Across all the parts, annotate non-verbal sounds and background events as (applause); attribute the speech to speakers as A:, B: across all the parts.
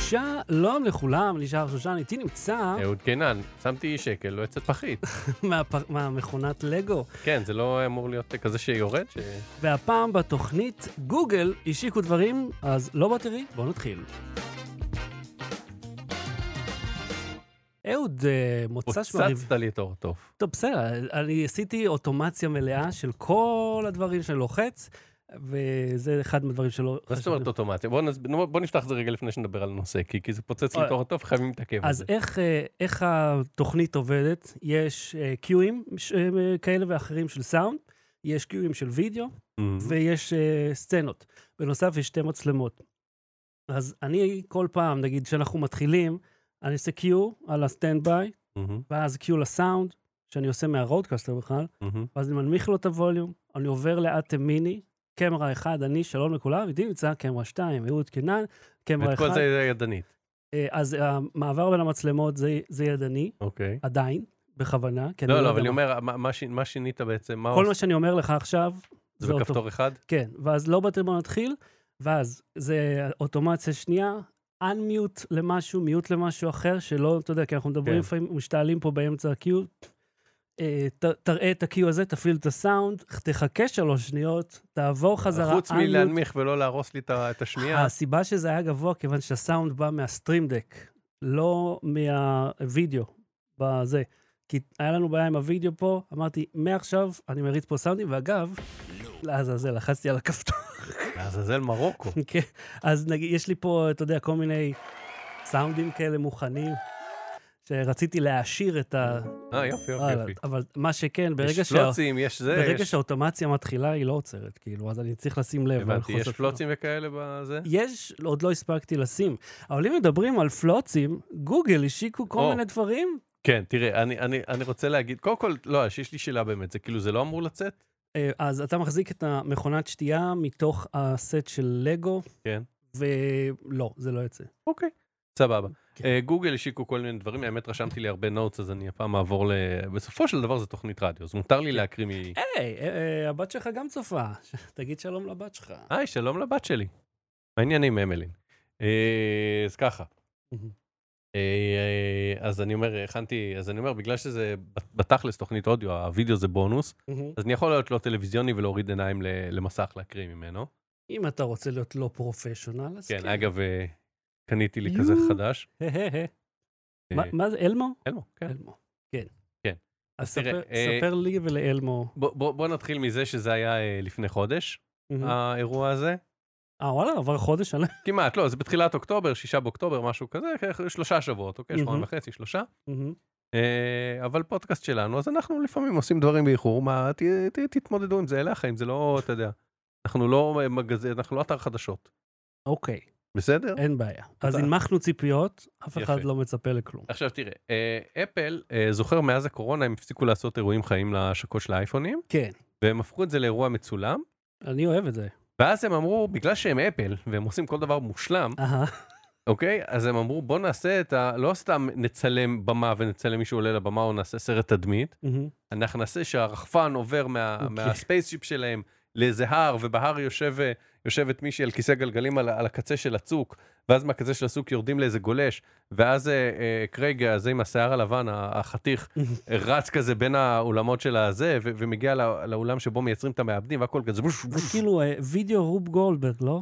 A: שלום לכולם, נשאר שושן, איתי נמצא
B: אהוד קינן, שמתי שקל, לא יצאת פחית.
A: מהפ- מהמכונת לגו.
B: כן, זה לא אמור להיות כזה שיורד, ש...
A: והפעם בתוכנית גוגל השיקו דברים, אז לא בטרי, בואו נתחיל. אהוד, אה, מוצ"ש מרהיב.
B: פוצצת לי את האורטוף.
A: טוב, בסדר, אני עשיתי אוטומציה מלאה של כל הדברים שאני לוחץ, וזה אחד מהדברים שלא
B: מה זאת אומרת אוטומציה? בוא נס- נו, בוא נפתח את זה רגע לפני שנדבר על הנושא, כי כי זה פוצץ לי את
A: אוי.
B: האורטוף, חייבים להתעכב על
A: אז
B: זה.
A: איך, אה, איך התוכנית עובדת? יש אה, קיואים ש- אה, כאלה ואחרים של סאונד, יש קיואים של וידאו,
B: מהמם.
A: ויש אה, סצנות. בנוסף, יש שתי מצלמות. אז אני כל פעם, נגיד, כשאנחנו מתחילים, אני עושה קיו על הסטנד ביי,
B: מהמם.
A: ואז קיו לסאונד, שאני עושה מהרודקאסטר בכלל,
B: מהמם.
A: ואז אני מנמיך לו את הווליום, אני עובר לאטם מיני, קמרה 1, אני, שלום לכולם, איתי נמצא, קמרה 2, אהוד קינן, קמרה
B: ואת
A: 1.
B: כל זה ידנית,
A: אה, אז המעבר בין המצלמות זה, זה ידני,
B: אוקיי.
A: עדיין, בכוונה. כי אני
B: לא, לא, אבל
A: יודע
B: אני
A: מה-
B: אומר, מה- מה שי- מה שינית בעצם? מה
A: כל
B: עוש-
A: מה שאני אומר לך עכשיו, זה
B: זה
A: אותו.
B: בכפתור אחד?
A: כן, ואז לא באתם בוא נתחיל, ואז זה אוטומציה שנייה, unmute למשהו, mute למשהו אחר, שלא, אתה יודע, כי אנחנו מדברים
B: כן.
A: לפעמים, משתעלים פה באמצע ה-Q, אה, ת- תראה את ה-Q הזה, תפעיל את הסאונד, תחכה שלוש שניות, תעבור חזרה, אה,
B: חוץ
A: unmute.
B: מלהנמיך ולא להרוס לי את ה- את השמיעה,
A: הסיבה שזה היה גבוה, כיוון שהסאונד בא מהסטרימדק, לא מהווידאו, בזה. כי היה לנו בעיה עם הווידאו פה, אמרתי, מעכשיו אני מריץ פה סאונדים, ואגב, לעזאזל, לחצתי על הכפתור.
B: לעזאזל מרוקו.
A: כן, אז נגיד, יש לי פה, אתה יודע, כל מיני סאונדים כאלה מוכנים, שרציתי להעשיר את ה...
B: אה, יופי, יופי,
A: אה,
B: יופי.
A: אבל מה שכן, ברגע
B: יש
A: שה-
B: פלוצים, יש זה,
A: ברגע
B: יש...
A: שהאוטומציה מתחילה, היא לא עוצרת, כאילו, אז אני צריך לשים לב. על
B: הבנתי,
A: חוסר
B: יש
A: פלוצ.
B: פלוצים וכאלה בזה?
A: יש, עוד לא הספקתי לשים. אבל אם מדברים על פלוצים, גוגל השיקו כל
B: או.
A: מיני דברים.
B: כן, תראה, אני, אני, אני רוצה להגיד, קודם כל, לא, יש לי שאלה באמת, זה כאילו, זה לא אמור לצאת?
A: אה, אז אתה מחזיק את המכונת שתייה מתוך הסט של לגו.
B: כן.
A: ולא, זה לא יוצא.
B: אוקיי. סבבה.
A: כן.
B: אה, גוגל השיקו כל מיני דברים, האמת רשמתי לי הרבה נוטס, אז אני הפעם אעבור ל... בסופו של דבר זו תוכנית רדיו, אז מותר לי להקריא מ...
A: היי, כן. אה, אה, הבת שלך גם צופה. (laughs) תגיד שלום לבת שלך.
B: היי, שלום לבת שלי. מה העניינים, אמלין? אה, אז ככה.
A: מהמם.
B: אה, אה, אז אני אומר, הכנתי, אז אני אומר, בגלל שזה בתכלס תוכנית אודיו, הווידאו זה בונוס,
A: מהמם.
B: אז אני יכול להיות לא טלוויזיוני ולהוריד עיניים ל- למסך להקריא ממנו.
A: אם אתה רוצה להיות לא פרופשיונל, אז
B: כן, אגב, אה, קניתי לי
A: יו.
B: כזה
A: (laughs)
B: חדש.
A: מה-
B: אה,
A: מה זה, אלמו?
B: אלמו, כן.
A: אלמו, כן.
B: כן.
A: אז
B: תראה,
A: ספר-
B: אה,
A: ספר לי ולאלמו.
B: בוא- בוא בוא נתחיל מזה שזה היה אה, לפני חודש,
A: מהמם.
B: האירוע הזה.
A: אה, וואלה, עבר חודש עליי.
B: כמעט, לא, זה בתחילת אוקטובר, שישה באוקטובר, משהו כזה, כ- שלושה שבועות, אוקיי?
A: מהמם.
B: שבועיים וחצי, שלושה.
A: מהמם.
B: אה, אבל פודקאסט שלנו, אז אנחנו לפעמים עושים דברים באיחור, מה, ת- ת- תתמודדו עם זה, אלה החיים, זה לא, אתה יודע, אנחנו לא מגז... אנחנו לא אתר חדשות,
A: אוקיי.
B: בסדר?
A: אין בעיה. אז
B: תודה.
A: הנמכנו ציפיות, אף אחד
B: יפה.
A: לא מצפה לכלום.
B: עכשיו תראה, אה, אפל, אה, זוכר מאז הקורונה הם הפסיקו לעשות אירועים חיים להשקות של האייפונים,
A: כן,
B: והם הפכו את זה לאירוע מצולם,
A: אני אוהב את זה.
B: ואז הם אמרו, בגלל שהם אפל, והם עושים כל דבר מושלם,
A: אהה,
B: אוקיי? אז הם אמרו, בוא נעשה את ה... לא סתם נצלם במה ונצלם מישהו עולה לבמה, או נעשה סרט תדמית,
A: מהמם.
B: אנחנו נעשה שהרחפן עובר מה...
A: אוקיי.
B: מהספייסשיפ שלהם לאיזה הר, ובהר יושב, יושבת מישהי על כיסא גלגלים על, ה- על הקצה של הצוק, ואז מהקצה של הצוק יורדים לאיזה גולש, ואז אה, אה, קרייג הזה עם השיער הלבן, ה-
A: (laughs)
B: החתיך, רץ כזה בין האולמות של הזה, ו- ומגיע לא- לאולם שבו מייצרים את המעבדים, והכל כזה, בוש,
A: זה
B: בוש,
A: כאילו אה, וידאו רוב גולדברג, לא?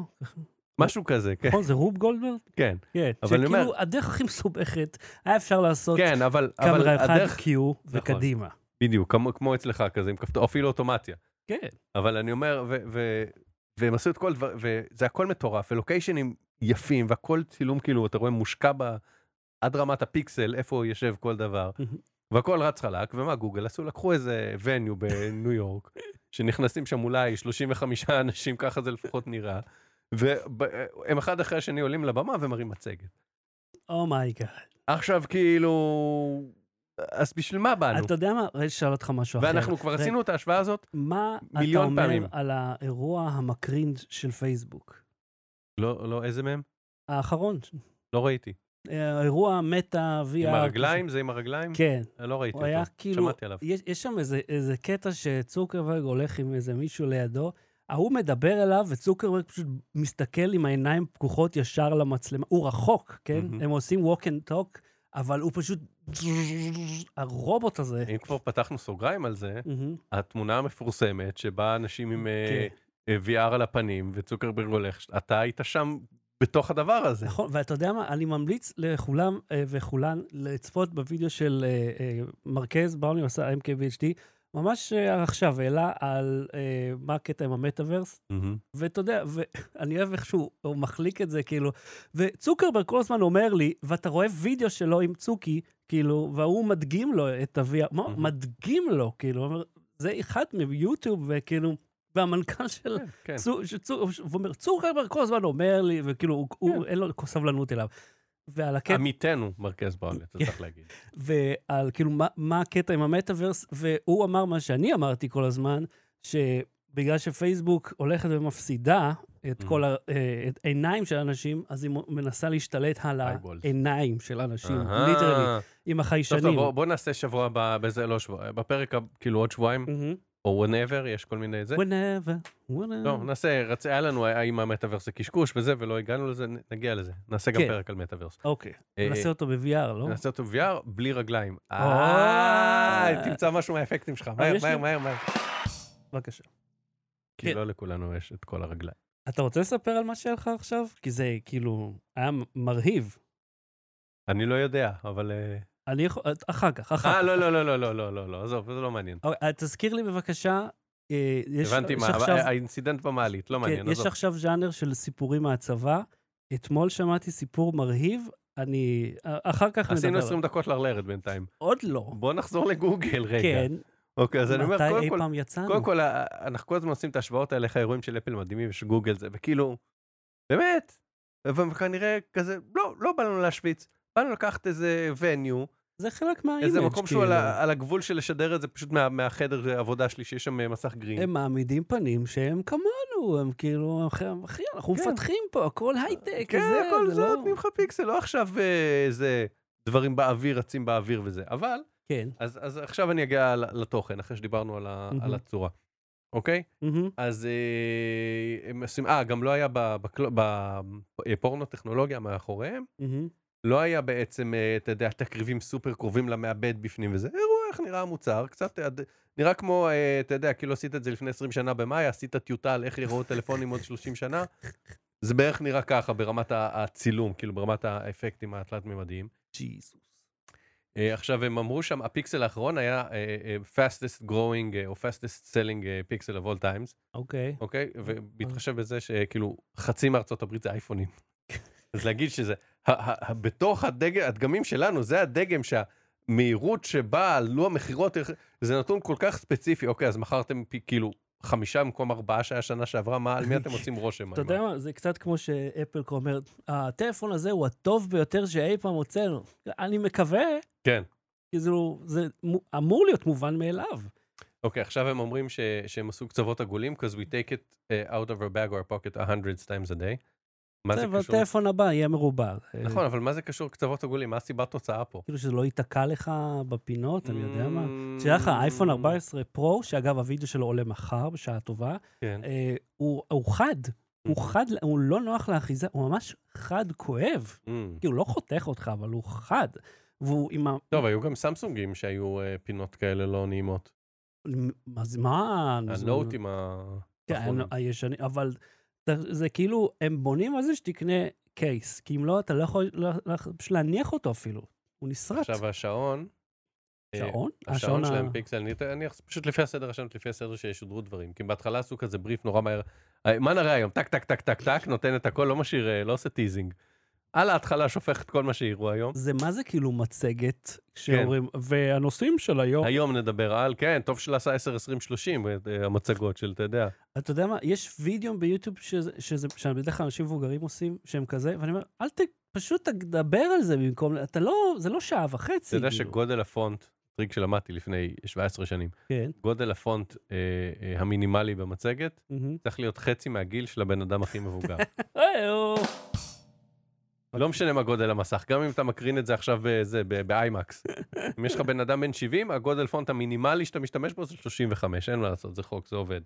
B: משהו כזה, כן,
A: נכון, זה רוב גולדברג?
B: כן.
A: כן.
B: אבל אני אומר-
A: שכאילו, הדרך הכי מסובכת, היה אפשר לעשות
B: כן, אבל, אבל
A: קמרה אחד
B: הדרך, נכון.
A: קיו וקדימה.
B: בדיוק, כמו, כמו אצלך כזה, עם כפתור, אפילו אוטומציה.
A: כן.
B: אבל אני אומר, ו, ו, והם עשו את כל דבר, וזה הכל מטורף, ולוקיישנים יפים, והכל צילום כאילו, אתה רואה מושקע ב... עד רמת הפיקסל, איפה הוא יושב כל דבר,
A: מהמם.
B: והכל רץ חלק, ומה גוגל עשו? לקחו איזה וניו בניו
A: (laughs)
B: יורק, שנכנסים שם אולי 35 אנשים, ככה זה לפחות נראה, והם אחד אחרי השני עולים לבמה ומראים מצגת.
A: אומייגאד.
B: עכשיו כאילו, אז בשביל מה באנו?
A: אתה יודע מה? רגע, שאל אותך משהו אחר.
B: ואנחנו כבר
A: רגע,
B: עשינו את ההשוואה הזאת?
A: מה אתה
B: מיליון
A: אומר
B: פעמים.
A: על האירוע המקרינד של פייסבוק?
B: לא, לא, איזה מהם?
A: האחרון.
B: לא ראיתי.
A: אה, האירוע מטה VR.
B: עם הרגליים? זה עם הרגליים?
A: כן.
B: לא ראיתי
A: הוא
B: אותו.
A: היה כאילו,
B: שמעתי עליו.
A: יש, יש שם איזה, איזה קטע שצוקרברג הולך עם איזה מישהו לידו, ההוא מדבר אליו, וצוקרברג פשוט מסתכל עם העיניים פקוחות ישר למצלמה. הוא רחוק, כן?
B: מהמם.
A: הם עושים walk and talk, אבל הוא פשוט... הרובוט הזה.
B: אם כבר פתחנו סוגריים על זה,
A: מהמם.
B: התמונה המפורסמת שבה אנשים עם אה,
A: כן.
B: אה, VR על הפנים וצוקרברג הולך, אתה היית שם בתוך הדבר הזה.
A: נכון, ואתה יודע מה? אני ממליץ לכולם אה, וכולן לצפות בווידאו של אה, אה, מרכז בראוני עשה MKVHD, ממש אה, עכשיו העלה על אה, מה הקטע עם המטאוורס,
B: מהמם.
A: ואתה יודע, ואני אוהב איך שהוא הוא מחליק את זה, כאילו, וצוקרברג כל הזמן אומר לי, ואתה רואה וידאו שלו עם צוקי, כאילו, והוא מדגים לו את ה-VR, מה,
B: Mhm.
A: מדגים לו, כאילו, הוא אומר, זה אחד מיוטיוב, וכאילו, והמנכ"ל של... (laughs)
B: כן, כן.
A: צו- שצו- ש- והוא אומר, צוקרברג כל הזמן אומר לי, וכאילו, הוא-
B: כן.
A: הוא, אין לו סבלנות אליו. ועל הקטע,
B: עמיתנו מרכז בראוני,
A: כן.
B: אתה
A: (laughs)
B: צריך להגיד.
A: ועל כאילו, מה- מה הקטע עם המטאוורס, והוא אמר מה שאני אמרתי כל הזמן, שבגלל שפייסבוק הולכת ומפסידה את
B: Mhm.
A: כל העיניים של אנשים, אז היא מ- מנסה להשתלט על
B: Eyeballs.
A: העיניים של אנשים,
B: אהה.
A: ליטרלי, עם
B: טוב, טוב,
A: החיישנים.
B: בוא- בוא נעשה שבוע הבא, בזה לא שבוע, בפרק, ה- כאילו עוד
A: (laughs)
B: שבועיים,
A: Mhm.
B: או whenever, יש כל מיני זה.
A: Whenever,
B: לא,
A: whenever.
B: נעשה, רצה, היה לנו, האם המטאוורס זה קשקוש וזה, ולא הגענו לזה, נ- נגיע לזה. נעשה גם
A: כן.
B: פרק על מטאוורס.
A: אוקיי,
B: אה,
A: נעשה אותו ב-VR, לא?
B: נעשה אותו VR בלי רגליים.
A: אה.
B: אה, תמצא משהו מהאפקטים שלך, מהר,
A: יש לי-
B: מהר, מהר, מהר.
A: בבקשה.
B: כי
A: כן.
B: לא לכולנו יש את כל הרגליים.
A: אתה רוצה לספר על מה שהיה לך עכשיו? כי זה כאילו היה מ- מרהיב.
B: אני לא יודע, אבל...
A: (laughs)
B: אה,
A: אני יכול... אחר כך, אחר כך.
B: אה, לא, לא, לא, לא, לא, לא, לא, לא, עזוב, זה לא מעניין.
A: אוקיי, אז תזכיר לי בבקשה, אה, יש,
B: הבנתי
A: יש
B: מה, אה,
A: עכשיו,
B: האינסידנט במעלית, לא מעניין,
A: כן, יש
B: עזוב.
A: עכשיו ז'אנר של סיפורים מהצבא. אתמול שמעתי סיפור מרהיב, אני... אה, אחר כך נדבר.
B: עשינו
A: עליו.
B: 20 דקות לרלרת בינתיים.
A: עוד לא.
B: בוא נחזור לגוגל רגע.
A: כן,
B: אוקיי, אז אני אומר,
A: מתי
B: קודם
A: אי
B: כל,
A: פעם יצאנו?
B: קודם כל, ה- אנחנו כל הזמן עושים את ההשוואות האלה, איך האירועים של אפל מדהימים, יש גוגל זה, וכאילו, באמת, וכנראה כזה, לא, לא באנו להשוויץ, באנו לקחת איזה וניו,
A: זה חלק מהאימג'
B: איזה מקום שהוא
A: כאילו.
B: על ה- על הגבול של לשדר את זה פשוט מה- מהחדר עבודה שלי, שיש שם אה, מסך גרין.
A: הם מעמידים פנים שהם כמונו, הם כאילו, אחי, אחי, אנחנו
B: כן.
A: מפתחים פה, הכל הייטק,
B: כן,
A: זה,
B: הכל
A: זה
B: זה,
A: לא-
B: נותנים לך פיקסל, לא עכשיו אה, איזה דברים באוויר, רצים באוויר וזה, אבל...
A: כן.
B: אז, אז עכשיו אני אגיע ל- לתוכן, אחרי שדיברנו על, ה,
A: מהמם.
B: על הצורה, אוקיי?
A: מהמם.
B: אז אה, הם עושים, אה, גם לא היה בפורנו אה, טכנולוגיה מאחוריהם,
A: מהמם.
B: לא היה בעצם, אה, אתה יודע, תקריבים סופר קרובים למעבד בפנים וזה, אירוע איך נראה המוצר, קצת, אה, ד- נראה כמו, אה, אתה יודע, כאילו עשית את זה לפני 20 שנה במאי, עשית טיוטה על איך יראו טלפונים עוד 30 שנה, זה בערך נראה ככה ברמת ה- הצילום, כאילו ברמת האפקטים התלת-ממדיים.
A: ג'יזוס.
B: אה, עכשיו הם אמרו שם, הפיקסל האחרון היה אה, אה, fastest growing אה, או fastest selling אה, pixel of all times,
A: אוקיי.
B: אוקיי?
A: נכון.
B: ובהתחשב בזה שכאילו חצי מארצות הברית זה אייפונים. (laughs) אז להגיד שזה, ה- ה- ה- בתוך הדגם, הדגמים שלנו, זה הדגם שהמהירות שבה עלו המכירות, איך- זה נתון כל כך ספציפי. אוקיי, אז מכרתם פי- כאילו חמישה במקום ארבעה שהיה שנה שעברה, מה, על מי אתם עושים רושם?
A: אתה יודע מה, זה קצת כמו שאפל כה אומרת, הטלפון הזה הוא הטוב ביותר שאי פעם הוצאנו. אני מקווה,
B: כן.
A: כאילו, זה מו- אמור להיות מובן מאליו.
B: אוקיי, עכשיו הם אומרים ש- שהם עשו קצוות עגולים, because we take it uh, out of our bag or our pocket a hundred times a day. מה זה
A: טוב,
B: קשור?
A: הטלפון הבא יהיה מרובע. אה,
B: נכון, אבל מה זה קשור קצוות עגולים? מה הסיבת תוצאה פה?
A: כאילו שזה לא ייתקע לך בפינות, אני יודע מה.
B: Mm,
A: שיהיה לך אייפון 14 פרו, שאגב, הוידאו שלו עולה מחר בשעה טובה,
B: כן.
A: אה, הוא הוא חד, הוא
B: Mm.
A: חד, הוא לא נוח לאחיזה, הוא ממש חד כואב.
B: Mm.
A: כאילו, לא חותך אותך, אבל הוא חד. והוא עם ה...
B: טוב, היו גם סמסונגים שהיו אה, פינות כאלה לא נעימות.
A: מה זה- מה? זה-
B: הנוט עם ה...
A: כן,
B: נכון.
A: הישנים, אבל זה- זה כאילו, הם בונים על זה שתקנה קייס, כי אם לא, אתה לא יכול לא- לא- פשוט להניח אותו אפילו, הוא נסרט.
B: עכשיו השעון, אה,
A: שעון?
B: השעון שלהם
A: ה-
B: פיקסל, אני אני פשוט לפי הסדר השנות, לפי הסדר שישודרו דברים, כי בהתחלה עשו כזה בריף נורא מהר, אה, מה נראה היום? טק, טק, טק, טק, טק, נותן את הכל, לא משאיר, אה, לא עושה טיזינג. על ההתחלה שופך את כל מה שהראו היום.
A: זה מה זה כאילו
B: כן.
A: מצגת, שאומרים, והנושאים של היום,
B: היום נדבר על, כן, טוב של עשה 10, 20, 30, אה, אה, המצגות של, אתה יודע.
A: אתה יודע מה, יש וידאו ביוטיוב שזה- שזה- שבדרך כלל אנשים מבוגרים עושים, שהם כזה, ואני אומר, אל ת... פשוט תדבר על זה במקום, אתה לא, זה לא שעה וחצי.
B: אתה יודע
A: כאילו."
B: שגודל הפונט, טריק שלמדתי לפני 17 שנים,
A: כן.
B: גודל הפונט אה, אה, המינימלי במצגת
A: מהמם.
B: צריך להיות חצי מהגיל של הבן אדם הכי
A: (laughs)
B: מבוגר.
A: אוקיי. אוי, אוי.
B: לא משנה מה גודל המסך, גם אם אתה מקרין את זה עכשיו בזה, ב- באיימקס.
A: (laughs)
B: אם יש לך בן אדם בן 70, הגודל פונט המינימלי שאתה משתמש בו זה 35, אין מה לעשות, זה חוק, זה עובד.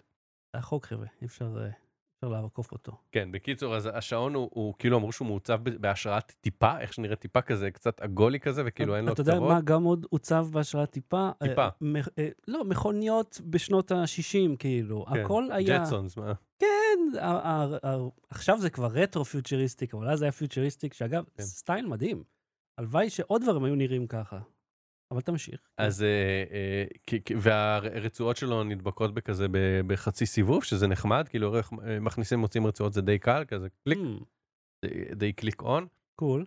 A: החוק, חבר'ה, אי אפשר אה, אפשר לעקוף אותו.
B: כן, בקיצור, אז השעון הוא, הוא כאילו אמרו שהוא מעוצב ב- בהשראת טיפה, איך שנראה טיפה כזה, קצת עגולי כזה, וכאילו כאילו, אין לו
A: אתה
B: כתבות.
A: יודע מה גם עוד עוצב בהשראת טיפה?
B: טיפה.
A: אה, מ- אה, לא, מכוניות בשנות ה-60, כאילו.
B: כן,
A: הכל היה... כן,
B: ג'טסונס, מה?
A: ה- ה- ה- עכשיו זה כבר רטרו-פיוטריסטיק, אבל אז זה היה פיוטריסטיק, שאגב,
B: כן.
A: סטייל מדהים. הלוואי שעוד דברים היו נראים ככה. אבל תמשיך. כן.
B: אז, אה, אה, כי- כי- והרצועות שלו נדבקות בכזה ב- בחצי סיבוב, שזה נחמד, כאילו איך אה, מכניסים, מוצאים רצועות, זה די קל, כזה קליק,
A: Hmm,
B: די- די קליק און.
A: קול.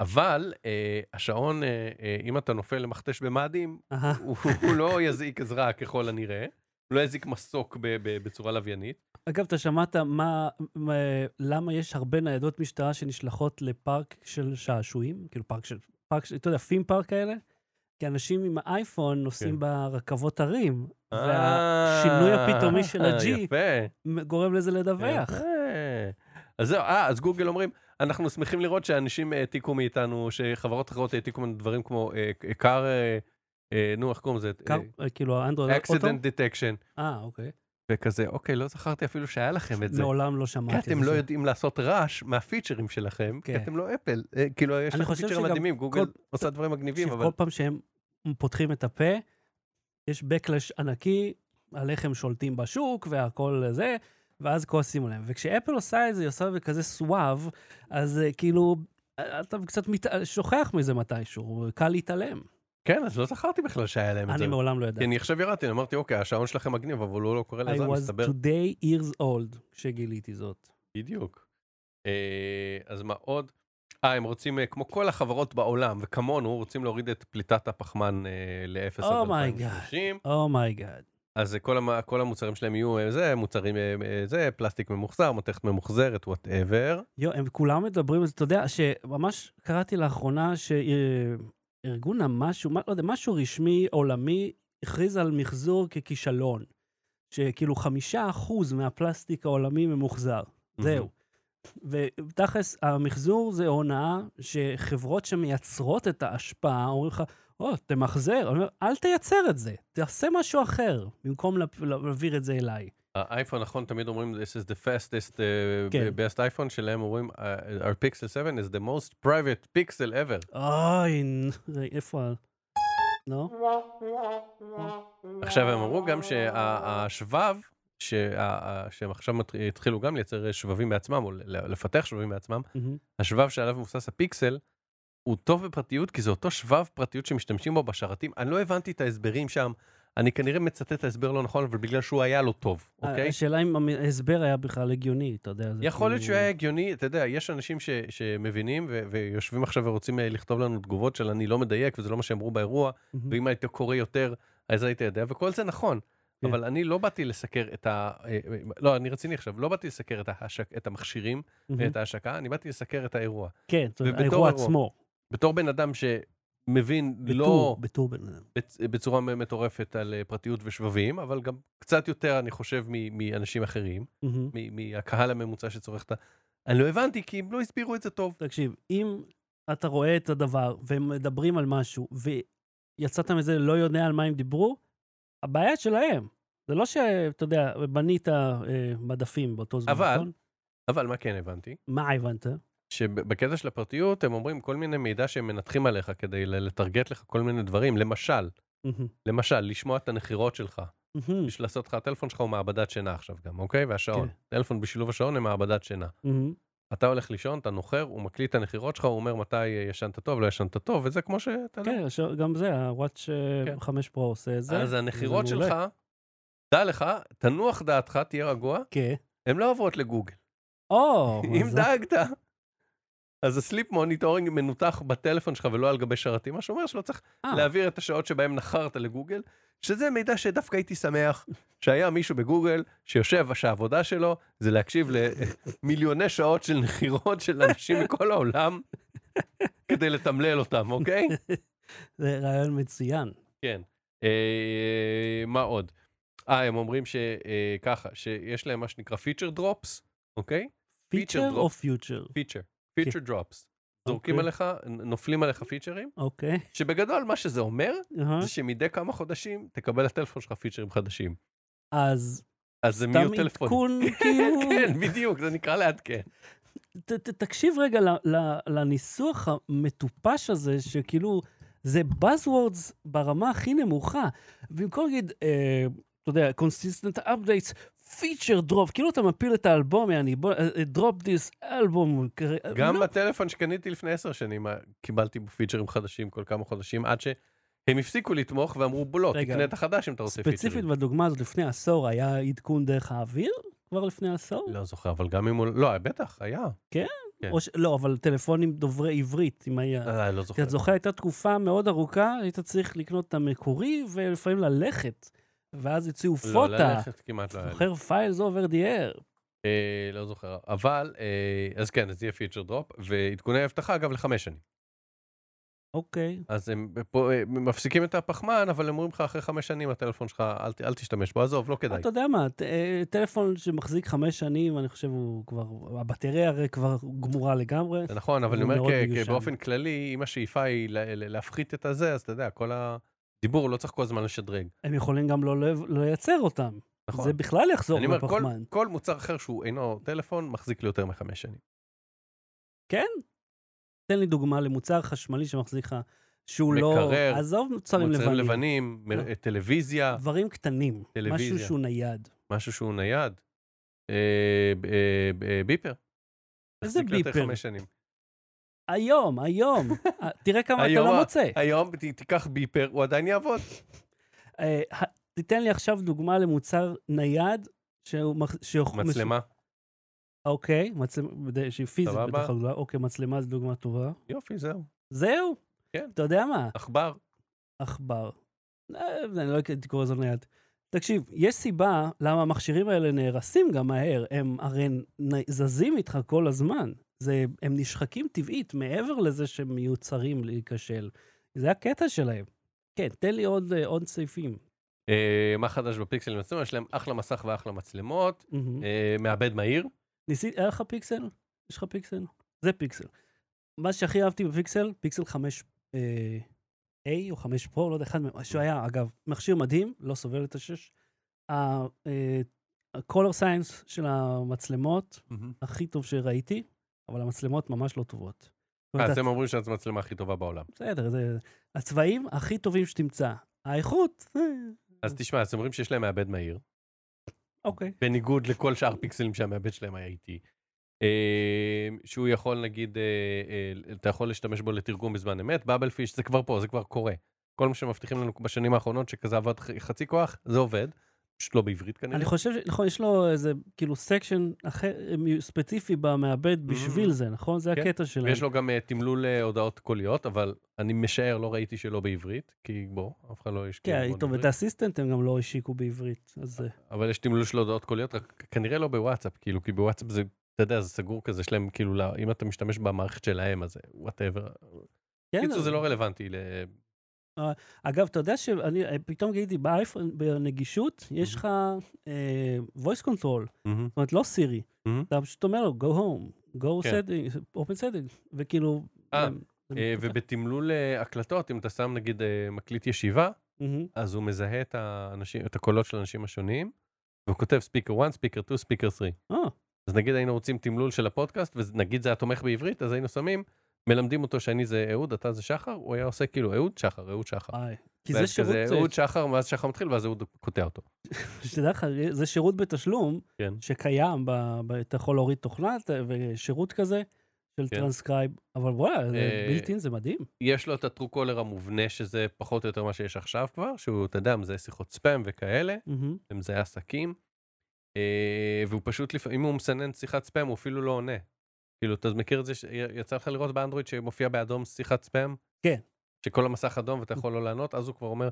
B: אבל אה, השעון, אה, אה, אם אתה נופל למכתש במאדים,
A: אהה.
B: הוא, הוא לא יזעיק עזרה ככל הנראה, הוא לא יזעיק מסוק ב, ב, בצורה לוויינית.
A: אגב, אתה שמעת מה, מה, למה יש הרבה ניידות משטרה שנשלחות לפארק של שעשועים? כאילו פארק של, פארק של, אתה יודע, פים פארק כאלה? כי אנשים עם האייפון נוסעים
B: כן.
A: ברכבות הרים, והשינוי
B: והשינוי
A: הפתאומי של הג'י
B: אה, יפה.
A: גורם לזה לדווח.
B: יפה. אז זהו, אה, אז גוגל אומרים, אנחנו שמחים לראות שאנשים אה, העתיקו מאיתנו, שחברות אחרות העתיקו מאיתנו דברים כמו אה, קר, אה, אה, נו, איך קוראים לזה?
A: קר- אה, כאילו, האנדרואיד... אוטו?
B: אקסידנט דטקשן,
A: אה, אוקיי.
B: וכזה, אוקיי, לא זכרתי אפילו שהיה לכם את זה.
A: מעולם לא שמעתי
B: כי
A: על זה.
B: אתם לא יודעים לעשות רעש מהפיצ'רים שלכם, כי
A: כן.
B: אתם לא אפל. אה, כאילו, יש
A: אני
B: לך
A: חושב
B: פיצ'רים
A: שגם
B: מדהימים, גוגל
A: כל-
B: עושה דברים מגניבים, אבל...
A: שכל פעם שהם פותחים את הפה, יש backlash ענקי, הלחם שולטים בשוק והכל זה, ואז כועסים עליהם. וכשאפל עושה את זה, היא עושה את זה כזה סואב, אז אה, כאילו, אה, אתה קצת מת... שוכח מזה מתישהו, קל להתעלם.
B: כן, אז לא זכרתי בכלל שהיה להם את זה.
A: אני מעולם לא
B: כי
A: ידעתי.
B: אני עכשיו ירדתי, אני אמרתי, אוקיי, השעון שלכם מגניב, אבל הוא לא קורא
A: I
B: לזה,
A: was
B: מסתבר.
A: today years old כשגיליתי זאת.
B: בדיוק. אה, אז מה עוד? אה, הם רוצים, אה, כמו כל החברות בעולם, וכמונו, רוצים להוריד את פליטת הפחמן אה, לאפס
A: Oh my
B: עד 2030.
A: אומייגאד.
B: אז אה, כל, המ- כל המוצרים שלהם יהיו אה, זה, מוצרים, אה, אה, זה, פלסטיק ממוחזר, מתכת ממוחזרת, וואטאבר.
A: יו, הם כולם מדברים על זה, אתה יודע, שממש קראתי לאחרונה שארגון המשהו, מה- לא יודע, משהו רשמי עולמי הכריז על מחזור ככישלון. שכאילו חמישה אחוז מהפלסטיק העולמי ממוחזר, זהו. ותכלס, המחזור זה הונאה שחברות שמייצרות את האשפה אומרים לך, או, תמחזר. אני אומר, אל תייצר את זה, תעשה משהו אחר, במקום לה- להעביר את זה אליי.
B: האייפון, נכון, תמיד אומרים, this is the fastest, uh,
A: כן.
B: best iPhone שלהם, אומרים, "Uh, our pixel 7 is the most private pixel ever.
A: אוי, איפה... ה- לא? נו?
B: עכשיו הם אמרו גם שהשבב, שה- שהם עכשיו מת- התחילו גם לייצר שבבים בעצמם, או ל- לפתח שבבים בעצמם,
A: מהמם.
B: השבב שעליו מבוסס הפיקסל, הוא טוב בפרטיות, כי זה אותו שבב פרטיות שמשתמשים בו בשרתים. אני לא הבנתי את ההסברים שם, אני כנראה מצטט את ההסבר לא נכון, אבל בגלל שהוא היה לא טוב,
A: אה,
B: אוקיי?
A: השאלה אם המ- ההסבר היה בכלל הגיוני, אתה יודע. זה
B: יכול להיות שהוא
A: כאילו-
B: היה הגיוני, אתה יודע, יש אנשים ש, שמבינים ו, ויושבים עכשיו ורוצים אה, לכתוב לנו תגובות של אני לא מדייק וזה לא מה שאמרו באירוע,
A: מהמם.
B: ואם היית קורא יותר, אז היית יודע, וכל זה נכון.
A: כן.
B: אבל אני לא באתי לסקר את ה... אה, אה, לא, אני רציני עכשיו, לא באתי לסקר את, ההשק, את המכשירים,
A: מהמם.
B: את ההשקה, אני באתי לסקר את האירוע.
A: כן, זאת אומרת,
B: ובתור
A: האירוע
B: אירוע.
A: עצמו.
B: בתור בן אדם שמבין לא
A: בטור, בטור בן אדם.
B: בצ- בצורה מטורפת על אה, פרטיות ושבבים, אבל גם קצת יותר, אני חושב, מ- מאנשים אחרים.
A: מהמם.
B: מ- מהקהל הממוצע שצורך את ה... אני לא הבנתי, כי הם לא הסבירו את זה טוב.
A: תקשיב, אם אתה רואה את הדבר והם מדברים על משהו ויצאת מזה לא יודע על מה הם דיברו, הבעיה שלהם. זה לא שאתה יודע, בנית אה, מדפים באותו זמן,
B: אבל-
A: נכון?
B: אבל מה כן הבנתי?
A: מה הבנת?
B: שבקטע של הפרטיות, הם אומרים כל מיני מידע שהם מנתחים עליך כדי ל- לטרגט לך כל מיני דברים. למשל,
A: מהמם.
B: למשל, לשמוע את הנחירות שלך.
A: מהמם.
B: בשביל לעשות לך, הטלפון שלך הוא מעבדת שינה עכשיו גם, אוקיי? והשעון.
A: כן.
B: טלפון בשילוב השעון הם מעבדת שינה.
A: מהמם.
B: אתה הולך לישון, אתה נוחר, הוא מקליט את הנחירות שלך, הוא אומר מתי אה, ישנת טוב, לא ישנת טוב, וזה כמו שאתה יודע.
A: כן, עכשיו, גם זה, ה-Watch אה,
B: כן.
A: 5 Pro עושה את זה.
B: אז
A: זה
B: הנחירות
A: מעולה.
B: שלך, דע לך, תנוח דעתך, תהיה רגוע,
A: כן.
B: הן לא עוברות לגוגל.
A: או,
B: אם
A: מזל.
B: דאגת, אז הסליפ מוניטורינג מנותח בטלפון שלך ולא על גבי שרתים, מה שאומר שלא צריך
A: אה.
B: להעביר את השעות שבהן נחרת לגוגל, שזה מידע שדווקא הייתי שמח שהיה מישהו בגוגל שיושב, שהעבודה שלו זה להקשיב למיליוני שעות של נחירות של אנשים
A: (laughs)
B: מכל העולם כדי לתמלל אותם, אוקיי?
A: (laughs) זה רעיון מצוין.
B: כן. אה, מה עוד? אה, הם אומרים שככה, שיש להם מה שנקרא פיצ'ר דרופס, אוקיי?
A: פיצ'ר
B: Feature
A: או
B: drop.
A: פיוטר?
B: פיצ'ר, פיצ'ר דרופס. זורקים
A: אוקיי.
B: עליך, נופלים עליך פיצ'רים,
A: אוקיי. (laughs)
B: שבגדול מה שזה אומר,
A: אהה.
B: זה שמדי כמה חודשים תקבל לטלפון שלך פיצ'רים חדשים.
A: אז
B: אז זה מיוט
A: סתם
B: טלפון.
A: עדכון, כאילו...
B: (laughs) כן, בדיוק, זה נקרא לעדכן.
A: ת- ת- תקשיב רגע ל- ל- לניסוח המטופש הזה, שכאילו, זה Buzzwords ברמה הכי נמוכה. במקום להגיד, אה, אתה יודע, Consistent Updates, Feature Drop, כאילו אתה מפיל את האלבום, יעני, בוא, אה, אה, Drop this album. כרי-
B: גם
A: לא,
B: בטלפון שקניתי לפני עשר שנים, אה, קיבלתי בו פיצ'רים חדשים כל כמה חודשים, עד שהם הפסיקו לתמוך ואמרו, בוא לא,
A: רגע,
B: תקנה את החדש אם אתה רוצה
A: ספציפית
B: פיצ'רים.
A: בדוגמה הזאת, לפני עשור היה עדכון דרך האוויר? כבר לפני עשור?
B: לא זוכר, אבל גם אם הוא... לא, בטח, היה. כן.
A: או ש... לא, אבל טלפונים דוברי עברית, אם היה...
B: אה, לא
A: כי
B: זוכר.
A: את זוכר, הייתה תקופה מאוד ארוכה, היית צריך לקנות את המקורי ולפעמים ללכת. ואז הציעו
B: לא,
A: פוטה.
B: ללכת כמעט לא היה לי.
A: זוכר פייל over the air.
B: אה, לא זוכר. אבל, אה, אז כן, אז יהיה פיצ'ר דרופ, ועדכוני אבטחה, אגב, לחמש שנים.
A: אוקיי.
B: אז הם פה אה, מפסיקים את הפחמן, אבל הם אומרים לך, אחרי חמש שנים הטלפון שלך, אל ת- אל תשתמש בו, עזוב, לא כדאי.
A: אתה יודע מה, ט- אה, טלפון שמחזיק חמש שנים, אני חושב הוא כבר, הבטריה הרי כבר גמורה לגמרי.
B: זה נכון, אבל אני
A: הוא
B: אומר,
A: מאוד
B: כ-
A: מיושן.
B: באופן כללי, אם השאיפה היא ל- ל- להפחית את הזה, אז אתה יודע, כל הדיבור לא צריך כל הזמן לשדרג.
A: הם יכולים גם לא ל- לא לייצר אותם.
B: נכון.
A: זה בכלל יחזור
B: אני אומר, כל-
A: לפחמן.
B: כל מוצר אחר שהוא אינו טלפון, מחזיק לי יותר מחמש שנים.
A: תן לי דוגמה למוצר חשמלי שמחזיק לך, שהוא לא...
B: מקרר,
A: עזוב מוצרים
B: מוצרים
A: לבנים.
B: לבנים, מר-
A: לא.
B: טלוויזיה,
A: דברים קטנים. משהו
B: טלוויזיה.
A: שהוא נייד.
B: משהו שהוא נייד, אה, ב- אה, ב- אה, ביפר.
A: איזה
B: מחזיק לי יותר
A: ביפר?
B: חמש שנים.
A: היום, היום. אה, תראה כמה אתה
B: היום
A: לא
B: ה-
A: מוצא.
B: היום ת- תיקח ביפר, הוא עדיין יעבוד.
A: אה, ה- תיתן לי עכשיו דוגמה למוצר נייד. שהוא מח- שהוא-
B: מצלמה,
A: אוקיי, מצלמה, בדי- שהיא פיזית
B: סבבה.
A: בטח, הגדולה. אוקיי, מצלמה זו דוגמה טובה.
B: יופי, זהו.
A: זהו.
B: כן.
A: אתה יודע מה?
B: עכבר,
A: עכבר. אה, אני לא הייתי קורא לזה נייד. תקשיב, יש סיבה למה המכשירים האלה נהרסים גם מהר. הם הרי נ- זזים איתך כל הזמן. זה, הם נשחקים טבעית מעבר לזה שהם מיוצרים להיכשל. זה הקטע שלהם. כן, תן לי עוד, אה, עוד סעיפים.
B: אה, מה חדש בפיקסל מצלמה? יש להם אחלה מסך ואחלה מצלמות,
A: מהמם.
B: אה, מעבד מהיר.
A: ניסית, היה לך פיקסל? יש לך פיקסל? זה פיקסל. מה שהכי אהבתי בפיקסל, פיקסל 5 אה, A או 5 פרו, לא יודע, אחד מהם, שהוא היה, אגב, מכשיר מדהים, לא סובל את השש. אה, ה-color science של המצלמות, הכי טוב שראיתי, אבל המצלמות ממש לא טובות. זאת אומרת,
B: אה, אז הם אומרים שזו המצלמה הכי טובה בעולם.
A: בסדר, זה... הצבעים הכי טובים שתמצא. האיכות, אה,
B: אז תשמע, אז אומרים שיש להם מעבד מהיר,
A: אוקיי.
B: בניגוד לכל שאר הפיקסלים שהמעבד שלהם היה איטי. אה, שהוא יכול, נגיד, אה, אה, אתה יכול להשתמש בו לתרגום בזמן אמת, באבל פיש, זה כבר פה, זה כבר קורה. כל מה שמבטיחים לנו בשנים האחרונות, שכזה עבד ח- חצי כוח, זה עובד. פשוט לא בעברית כנראה.
A: אני חושב, ש- נכון, יש לו איזה, כאילו, סקשן אחר, אה, ספציפי במעבד בשביל זה, נכון? זה
B: Mm-hmm. כן.
A: הקטע שלהם.
B: ויש לו גם אה, תמלול אה, הודעות קוליות, אבל אני משער, לא ראיתי שלא בעברית, כי בוא, אף אחד לא השקיע.
A: כן,
B: המון
A: טוב, את
B: בעברית.
A: האסיסטנט הם גם לא השיקו בעברית, אז אה,
B: אבל יש תמלול של הודעות קוליות, רק כנראה לא בוואטסאפ, כאילו, כי בוואטסאפ זה, אתה יודע, זה סגור כזה, יש להם, כאילו, לה- אם אתה משתמש במערכת שלהם, אז וואטאבר.
A: כן.
B: קיצור, זה
A: אבל-
B: לא רלוונטי ל...
A: אגב, אתה יודע שאני אה, פתאום גיליתי באייפון, בנגישות,
B: Mm-hmm.
A: יש לך אה, voice control, זאת אומרת, לא סירי.
B: מהמם.
A: אתה פשוט אומר לו, go home, go
B: Mm-hmm. כן.
A: setting, open setting, וכאילו...
B: אה,
A: הם- הם-
B: אה, ובתמלול אה, הקלטות, אם אתה שם, נגיד, אה, מקליט ישיבה,
A: מהמם.
B: אז הוא מזהה את האנשים, את הקולות של האנשים השונים, והוא כותב ספיקר 1, ספיקר 2, ספיקר 3.
A: אה, אז
B: אז נגיד היינו רוצים תמלול של הפודקאסט, ונגיד זה היה תומך בעברית, אז היינו שמים, מלמדים אותו שאני זה אהוד, אתה זה שחר, הוא היה עושה כאילו אהוד שחר, אהוד שחר.
A: וואי. כי זה
B: ואז
A: שירות,
B: כזה,
A: אה,
B: אהוד שחר, ואז שחר מתחיל, ואז אהוד קוטע אותו.
A: שתדע לך, זה שירות בתשלום,
B: כן.
A: שקיים, ב- ב- אתה יכול להוריד תוכנה אתה- ושירות כזה של
B: כן.
A: טרנסקרייב, אבל וואלה,
B: אה,
A: בלתיין זה מדהים.
B: יש לו את הטרו קולר המובנה, שזה פחות או יותר מה שיש עכשיו כבר, שהוא, אתה יודע, מזהה שיחות ספאם וכאלה,
A: מהמם.
B: ומזהה עסקים, אה, והוא פשוט, לפ- אם הוא מסנן שיחת ספאם, הוא אפילו לא עונה. כאילו, אתה מכיר את זה, ש- יצא לך לראות באנדרואיד שמופיע באדום שיחת ספאם?
A: כן.
B: שכל המסך אדום ואתה יכול לא לענות, אז הוא כבר אומר,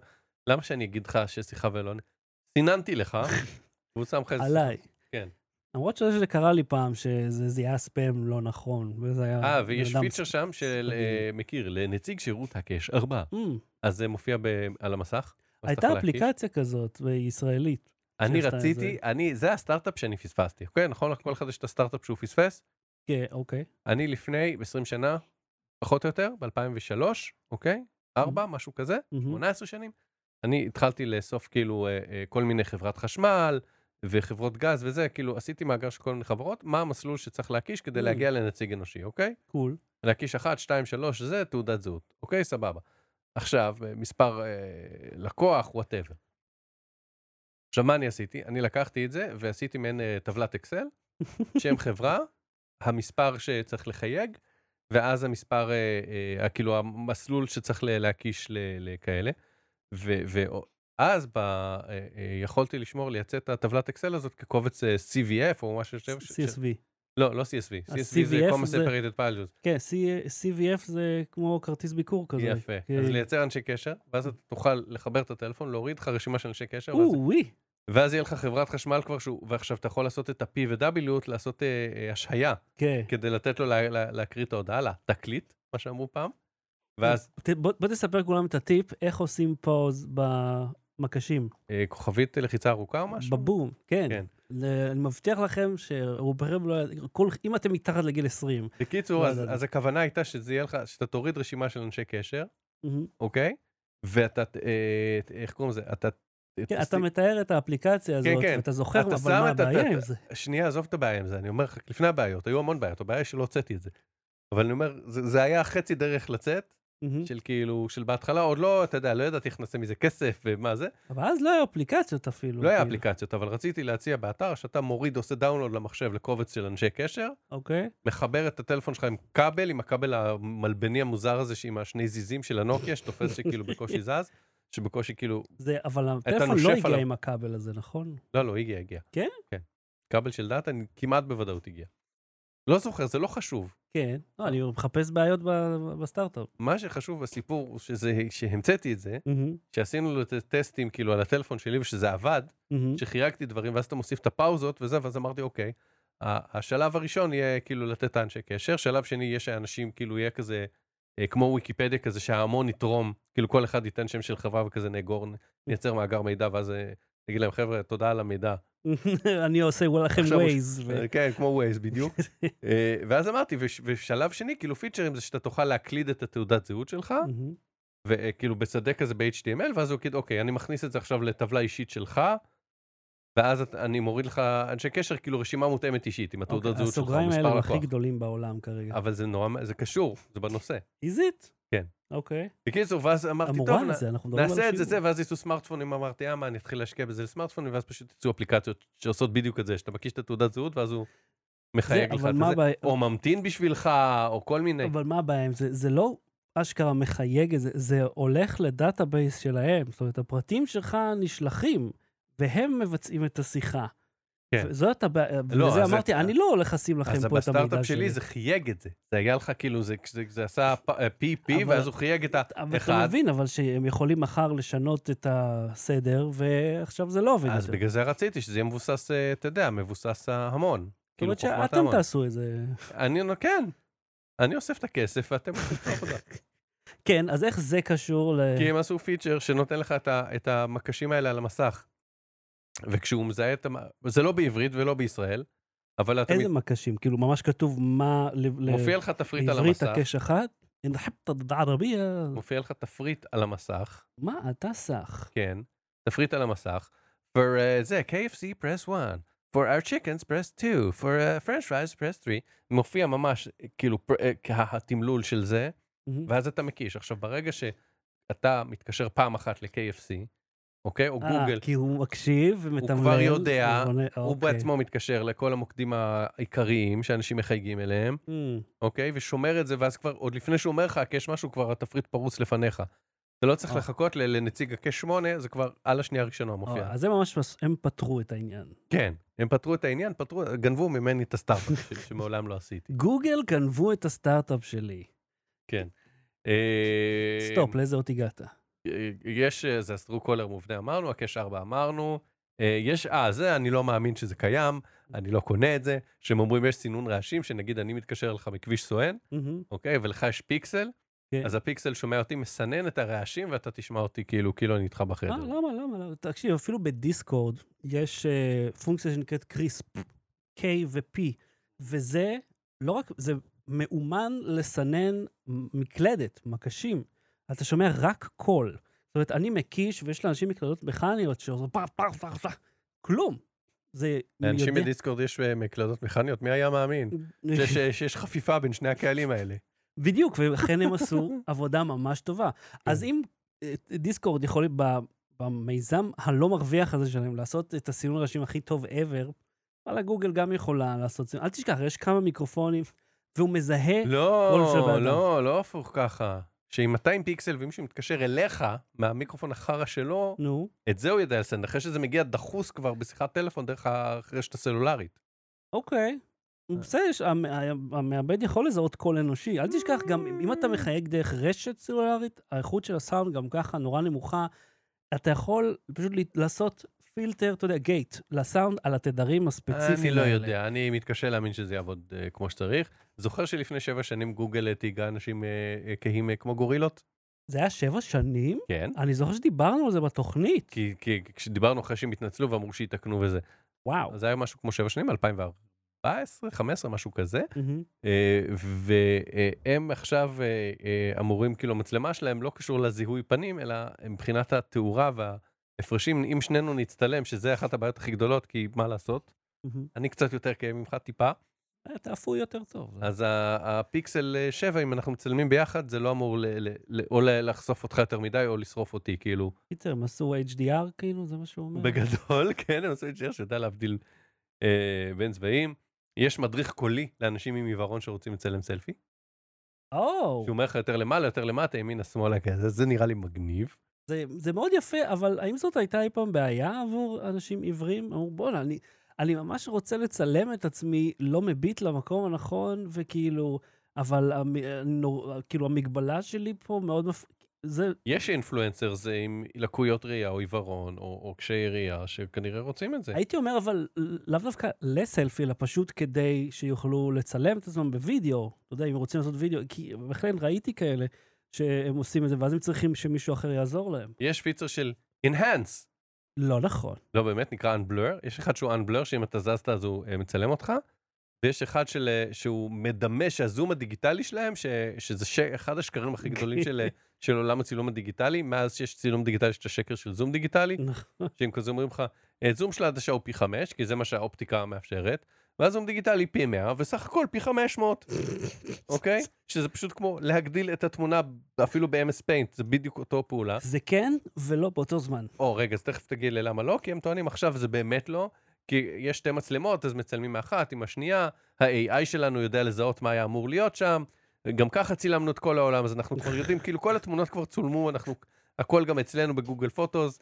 B: למה שאני אגיד לך שיש שיחה ולא עונה? סיננתי לך, והוא שם לך איזה... שיחה.
A: עליי.
B: כן.
A: למרות שזה קרה לי פעם, שזה זיהה ספאם לא נכון, וזה היה...
B: אה, ויש
A: בן אדם
B: פיצ'ר שם של, אה, מכיר, לנציג שירות הקש, ארבע.
A: Mm,
B: אז זה מופיע ב- על המסך.
A: הייתה
B: מסך להקיש.
A: אפליקציה כזאת, ישראלית.
B: אני
A: שיש את
B: רציתי, אני, זה הסטארט-אפ שאני פספסתי, אוקיי? נכון? כל אחד יש את הסטארט-אפ שהוא פספס.
A: כן, אוקיי.
B: אני לפני 20 שנה, פחות או יותר, ב-2003, אוקיי?
A: Mm-hmm.
B: ארבע, משהו כזה,
A: מהמם.
B: 18 שנים. אני התחלתי לאסוף כאילו אה, אה, כל מיני חברת חשמל, וחברות גז וזה, כאילו עשיתי מאגר של כל מיני חברות, מה המסלול שצריך להקיש כדי
A: Mm.
B: להגיע לנציג אנושי, אוקיי?
A: קול.
B: להקיש אחת, שתיים, שלוש, זה תעודת זהות, אוקיי? סבבה. עכשיו, אה, מספר אה, לקוח, וואטאבר. עכשיו, מה אני עשיתי? אני לקחתי את זה ועשיתי מעין אה, טבלת אקסל, שם חברה, המספר שצריך לחייג, ואז המספר, אה, אה, כאילו המסלול שצריך ל- להקיש ל- לכאלה. ו- ואז ב, אה, אה, יכולתי לשמור, לייצא את הטבלת אקסל הזאת כקובץ אה, CVF או משהו ש... ש-
A: CSV.
B: לא, לא CSV.
A: אז
B: CSV זה
A: CVF
B: Common
A: זה-
B: Separated Values.
A: כן, C- CVF זה כמו כרטיס ביקור כזה.
B: יפה.
A: כן.
B: אז לייצר אנשי קשר, ואז אתה תוכל לחבר את הטלפון, להוריד לך רשימה של אנשי קשר, ואז-
A: או, וואי.
B: ואז יהיה לך חברת חשמל כבר, שהוא- ועכשיו אתה יכול לעשות את ה-P ו-W, לעשות אה, אה, השהיה,
A: כן.
B: כדי לתת לו לה- לה- להקריא את ההודעה, לתקליט, מה שאמרו פעם, ואז
A: ת- בוא בוא תספר לכולם את הטיפ, איך עושים פוז במקשים.
B: אה, כוכבית לחיצה ארוכה או משהו?
A: בבום, כן.
B: כן.
A: ל- אני מבטיח לכם שרובכם לא... כל- אם אתם מתחת לגיל 20.
B: בקיצור,
A: לא,
B: אז
A: לא, לא.
B: אז הכוונה הייתה שזה יהיה לך, שאתה תוריד רשימה של אנשי קשר,
A: מהמם.
B: אוקיי? ואתה, ת- אה, ת- איך קוראים לזה? אתה...
A: כן,
B: תסת-
A: אתה מתאר את האפליקציה הזאת,
B: כן.
A: ואתה זוכר,
B: אתה
A: אבל
B: שם
A: מה
B: את ה-
A: הבעיה
B: את-
A: עם זה?
B: שנייה, עזוב את הבעיה עם זה, אני אומר לך, לפני הבעיות, היו המון בעיות, הבעיה היא שלא הוצאתי את זה. אבל אני אומר, זה, זה היה חצי דרך לצאת,
A: מהמם.
B: של כאילו, של בהתחלה עוד לא, אתה יודע, לא ידעתי איך נעשה מזה כסף ומה זה.
A: אבל אז לא היו אפליקציות אפילו.
B: לא היה
A: כאילו.
B: אפליקציות, אבל רציתי להציע באתר שאתה מוריד, עושה דאונלוד למחשב לקובץ של אנשי קשר,
A: אוקיי?
B: מחבר את הטלפון שלך עם כבל, עם הכבל המלבני המוזר הזה, שעם השני זיזים של הנוקיה, שתופס שכאילו בקושי זז, שבקושי כאילו,
A: זה, אבל הטלפון
B: נושף
A: לא הגיע
B: עליו.
A: עם הכבל הזה, נכון?
B: לא, לא, הגיע, הגיע.
A: כן?
B: כן. כבל של דאטה אני- כמעט בוודאות הגיע. לא זוכר, זה לא חשוב.
A: כן. לא, אני מחפש בעיות ב- בסטארט-אפ.
B: מה שחשוב בסיפור הוא שזה, שהמצאתי את זה,
A: מהמם,
B: שעשינו לו את הטסטים כאילו על הטלפון שלי ושזה עבד,
A: מהמם.
B: שחייגתי דברים ואז אתה מוסיף את הפאוזות וזה, ואז אמרתי אוקיי, ה- השלב הראשון יהיה כאילו לתת את האנשי קשר, שלב שני יהיה שאנשים כאילו יהיה כזה, אה, כמו ויקיפדיה כזה שההמון יתרום, כאילו כל אחד ייתן שם של חברה וכזה נאגור, נ- נייצר מאגר מידע ואז אה, נגיד להם חבר'ה תודה על המידע.
A: (laughs) אני עושה לכם
B: עכשיו הוא-
A: ווייז. ו-
B: אה, כן, כמו ווייז בדיוק. אה, ואז אמרתי, וש- ושלב שני כאילו פיצ'רים זה שאתה תוכל להקליד את התעודת זהות שלך.
A: מהמם.
B: וכאילו בשדה כזה ב-HTML, ואז הוא יגיד, אוקיי, אני מכניס את זה עכשיו לטבלה אישית שלך, ואז את, אני מוריד לך אנשי קשר, כאילו רשימה מותאמת אישית, עם התעודת
A: אוקיי,
B: זהות שלך,
A: הסוגריים האלה
B: מספר
A: הם
B: לקוח.
A: הכי גדולים בעולם כרגע.
B: אבל זה נורא, מ- זה קשור, זה בנושא.
A: Is it?
B: כן.
A: אוקיי.
B: בקיצור, ואז אמרתי, טוב,
A: המורן
B: נ-
A: הזה, אנחנו מדברים על
B: נעשה את זה,
A: שיעור.
B: זה, ואז יצאו סמארטפונים, אמרתי, אה, מה, אני אתחיל להשקיע בזה לסמארטפונים, ואז פשוט יצאו אפליקציות שעושות בדיוק את זה, שאתה מקיש את התעודת זהות, ואז הוא מחייג לך
A: אבל
B: את
A: מה
B: זה,
A: הבעיה-
B: או ממתין בשבילך, או כל מיני.
A: אבל מה הבעיה עם זה? זה לא אשכרה מחייג את זה, זה הולך לדאטאבייס שלהם. זאת אומרת, הפרטים שלך נשלחים, והם מבצעים את השיחה.
B: כן.
A: זאת הבעיה,
B: לא,
A: ובגלל זה
B: אז
A: אמרתי,
B: את-
A: אני לא הולך לשים לכם
B: אז
A: פה את המידע
B: בסטארט-אפ שלי זה חייג את זה. זה היה לך כאילו, זה, זה, זה עשה פ- אה, PP,
A: אבל-
B: ואז הוא חייג את
A: אבל אתה
B: האחד.
A: מבין, אבל שהם יכולים מחר לשנות את הסדר, ועכשיו זה לא עובד יותר.
B: אז בגלל זה רציתי שזה יהיה מבוסס, אה, אתה יודע, מבוסס ההמון.
A: זאת
B: כאילו
A: אומרת
B: חוכמת
A: שאתם
B: ההמון.
A: תעשו את זה.
B: אני, אומר, כן. אני אוסף את הכסף ואתם עושים את העבודה.
A: כן, אז איך זה קשור ל...
B: כי הם עשו פיצ'ר שנותן לך את, ה, את המקשים האלה על המסך. וכשהוא מזהה את המ... זה לא בעברית ולא בישראל, אבל אתה...
A: איזה
B: מת-
A: מקשים? כאילו, ממש כתוב מה... ל- ל-
B: מופיע לך תפריט על
A: בעברית
B: המסך.
A: הקש אחת? אין חפתא דערבייה.
B: מופיע לך תפריט על המסך.
A: מה אתה סח?
B: כן, תפריט על המסך. For uh, זה, KFC press 1, for our chickens press 2, for uh, French fries press 3, מופיע ממש אה, כאילו פר, uh, התמלול של זה,
A: מהמם.
B: ואז אתה מקיש. עכשיו, ברגע שאתה מתקשר פעם אחת ל-KFC, אוקיי? או
A: אה,
B: גוגל,
A: כי הוא מקשיב ומתמלל.
B: כבר יודע,
A: ובונה-
B: הוא
A: אוקיי.
B: בעצמו מתקשר לכל המוקדים העיקריים שאנשים מחייגים אליהם,
A: אמ,
B: אוקיי? ושומר את זה, ואז כבר, עוד לפני שהוא אומר לך, הקש משהו, כבר התפריט פרוץ לפניך. אתה לא צריך
A: אה.
B: לחכות ל- לנציג הקש 8, זה כבר על השנייה הראשונה מופיע.
A: אז הם ממש, פס- הם פתרו את העניין.
B: כן, הם פתרו את העניין, פתרו, גנבו ממני את הסטארט-אפ שלי, שמעולם לא עשיתי. כן.
A: גוגל גנבו את הסטארט-אפ שלי.
B: אה,
A: סטופ, לאיזה אות הגעת?
B: אה, יש, אה, זה הסטרו קולר מובנה אמרנו, הקש 4 אמרנו. אה, יש, אה, זה, אני לא מאמין שזה קיים, אני לא קונה את זה, שהם אומרים יש סינון רעשים, שנגיד אני מתקשר אליך מכביש סואן,
A: מהמם.
B: אוקיי, ולך יש פיקסל,
A: כן.
B: אז הפיקסל שומע אותי, מסנן את הרעשים, ואתה תשמע אותי כאילו, כאילו אני איתך
A: אה,
B: בחדר.
A: למה, למה, למה? תקשיב, אפילו בדיסקורד יש אה, פונקציה שנקראת קריספ, K ו-P, וזה לא רק, זה מאומן לסנן מקלדת, מקשים. אתה שומע רק קול. זאת אומרת, אני מקיש ויש לאנשים מקלדות מכניות שעושות פח, פח, פח, פח, כלום. זה... מי
B: לאנשים
A: יודע-
B: בדיסקורד יש אה, מקלדות מכניות, מי היה
A: (laughs)
B: מאמין? זה ש- שיש חפיפה בין שני הקהלים האלה.
A: בדיוק, ולכן הם
B: (laughs)
A: עשו עבודה ממש טובה.
B: כן.
A: אז אם אה, דיסקורד יכול ב- במיזם הלא מרוויח הזה שלהם לעשות את הסינון ראשים הכי טוב ever, וואלה, גוגל גם יכולה לעשות סינון. אל תשכח, יש כמה מיקרופונים, והוא מזהה, קול של
B: לא,
A: בן
B: לא, לא הפוך ככה. שעם 200 פיקסל ומישהו מתקשר אליך מהמיקרופון החרא שלו,
A: נו,
B: את זה הוא ידע לסנד, אחרי שזה מגיע דחוס כבר בשיחת טלפון דרך הרשת הסלולרית.
A: אוקיי.
B: אה.
A: בסדר, יש- המ- ה- המעבד יכול לזהות קול אנושי. אל תשכח, גם אם- אם אתה
B: אה.
A: מחייג דרך רשת סלולרית, האיכות של הסאונד גם ככה נורא נמוכה. אתה יכול פשוט ל- לעשות פילטר, אתה יודע, גייט, לסאונד על התדרים הספציפיים
B: אני לא
A: האלה.
B: יודע, אני מתקשה להאמין שזה יעבוד אה, כמו שצריך. זוכר שלפני שבע שנים גוגל העתיקה אנשים אה, אה, כהים אה, כמו גורילות?
A: זה היה שבע שנים?
B: כן.
A: אני זוכר שדיברנו על זה בתוכנית.
B: כי, כי כשדיברנו אחרי שהם התנצלו ואמרו שיתקנו וזה.
A: וואו.
B: אז זה היה משהו כמו שבע שנים, 2014, 15, משהו כזה.
A: מהמם.
B: אה, והם עכשיו אה, אה, אמורים, כאילו המצלמה שלהם לא קשור לזיהוי פנים, אלא מבחינת התאורה וההפרשים, אם שנינו נצטלם, שזה אחת הבעיות הכי גדולות, כי מה לעשות,
A: מהמם.
B: אני קצת יותר כאב ממך טיפה,
A: אתה אפוי יותר טוב.
B: אז ה- הפיקסל אה, 7, אם אנחנו מצלמים ביחד, זה לא אמור ל- ל- ל- או ל- לחשוף אותך יותר מדי או לשרוף אותי, כאילו,
A: קיצר, הם עשו HDR כאילו, זה מה שהוא אומר?
B: בגדול, (laughs) כן, הם עשו את שיר שיודע להבדיל אה, בין צבעים. יש מדריך קולי לאנשים עם עיוורון שרוצים לצלם סלפי.
A: (laughs) או,
B: שהוא אומר לך יותר למעלה, יותר למטה, ימינה, שמאלה, כזה, זה נראה לי מגניב.
A: זה- זה מאוד יפה, אבל האם זאת הייתה אי פעם בעיה עבור אנשים עיוורים? אמרו, בואנה, אני- אני ממש רוצה לצלם את עצמי לא מביט למקום הנכון, וכאילו, אבל המ- נור- כאילו המגבלה שלי פה מאוד מפ... זה
B: יש אינפלואנסר זה עם לקויות ראייה או עיוורון או, או קשיי ראייה שכנראה רוצים את זה.
A: הייתי אומר, אבל לאו דווקא לסלפי, אלא פשוט כדי שיוכלו לצלם את עצמם בווידאו. אתה יודע, אם רוצים לעשות וידאו, כי בהחלט ראיתי כאלה שהם עושים את זה, ואז הם צריכים שמישהו אחר יעזור להם.
B: יש פיצר של Enhance,
A: לא נכון.
B: לא באמת, נקרא Unblur, יש אחד שהוא Unblur שאם אתה זזת אז הוא אה, מצלם אותך, ויש אחד של, אה, שהוא מדמה שהזום הדיגיטלי שלהם, ש, שזה ש, אחד השקרים הכי גדולים של, אה, של עולם הצילום הדיגיטלי, מאז שיש צילום דיגיטלי יש את השקר של זום דיגיטלי,
A: נכון.
B: שהם כזה אומרים לך, "אה, זום של העדשה הוא פי חמש, כי זה מה שהאופטיקה מאפשרת, ואז זום דיגיטלי פי 100, וסך הכל פי 500, אוקיי? שזה פשוט כמו להגדיל את התמונה אפילו ב-MS Paint, זה בדיוק אותו פעולה.
A: זה כן ולא באותו זמן. (laughs)
B: או, רגע, אז תכף תגיד לי למה לא, כי הם טוענים עכשיו זה באמת לא, כי יש שתי מצלמות, אז מצלמים מאחת עם השנייה, ה-AI שלנו יודע לזהות מה היה אמור להיות שם, גם ככה צילמנו את כל העולם, אז אנחנו כבר יודעים, כאילו כל התמונות כבר צולמו, אנחנו, הכל גם אצלנו בגוגל פוטוס,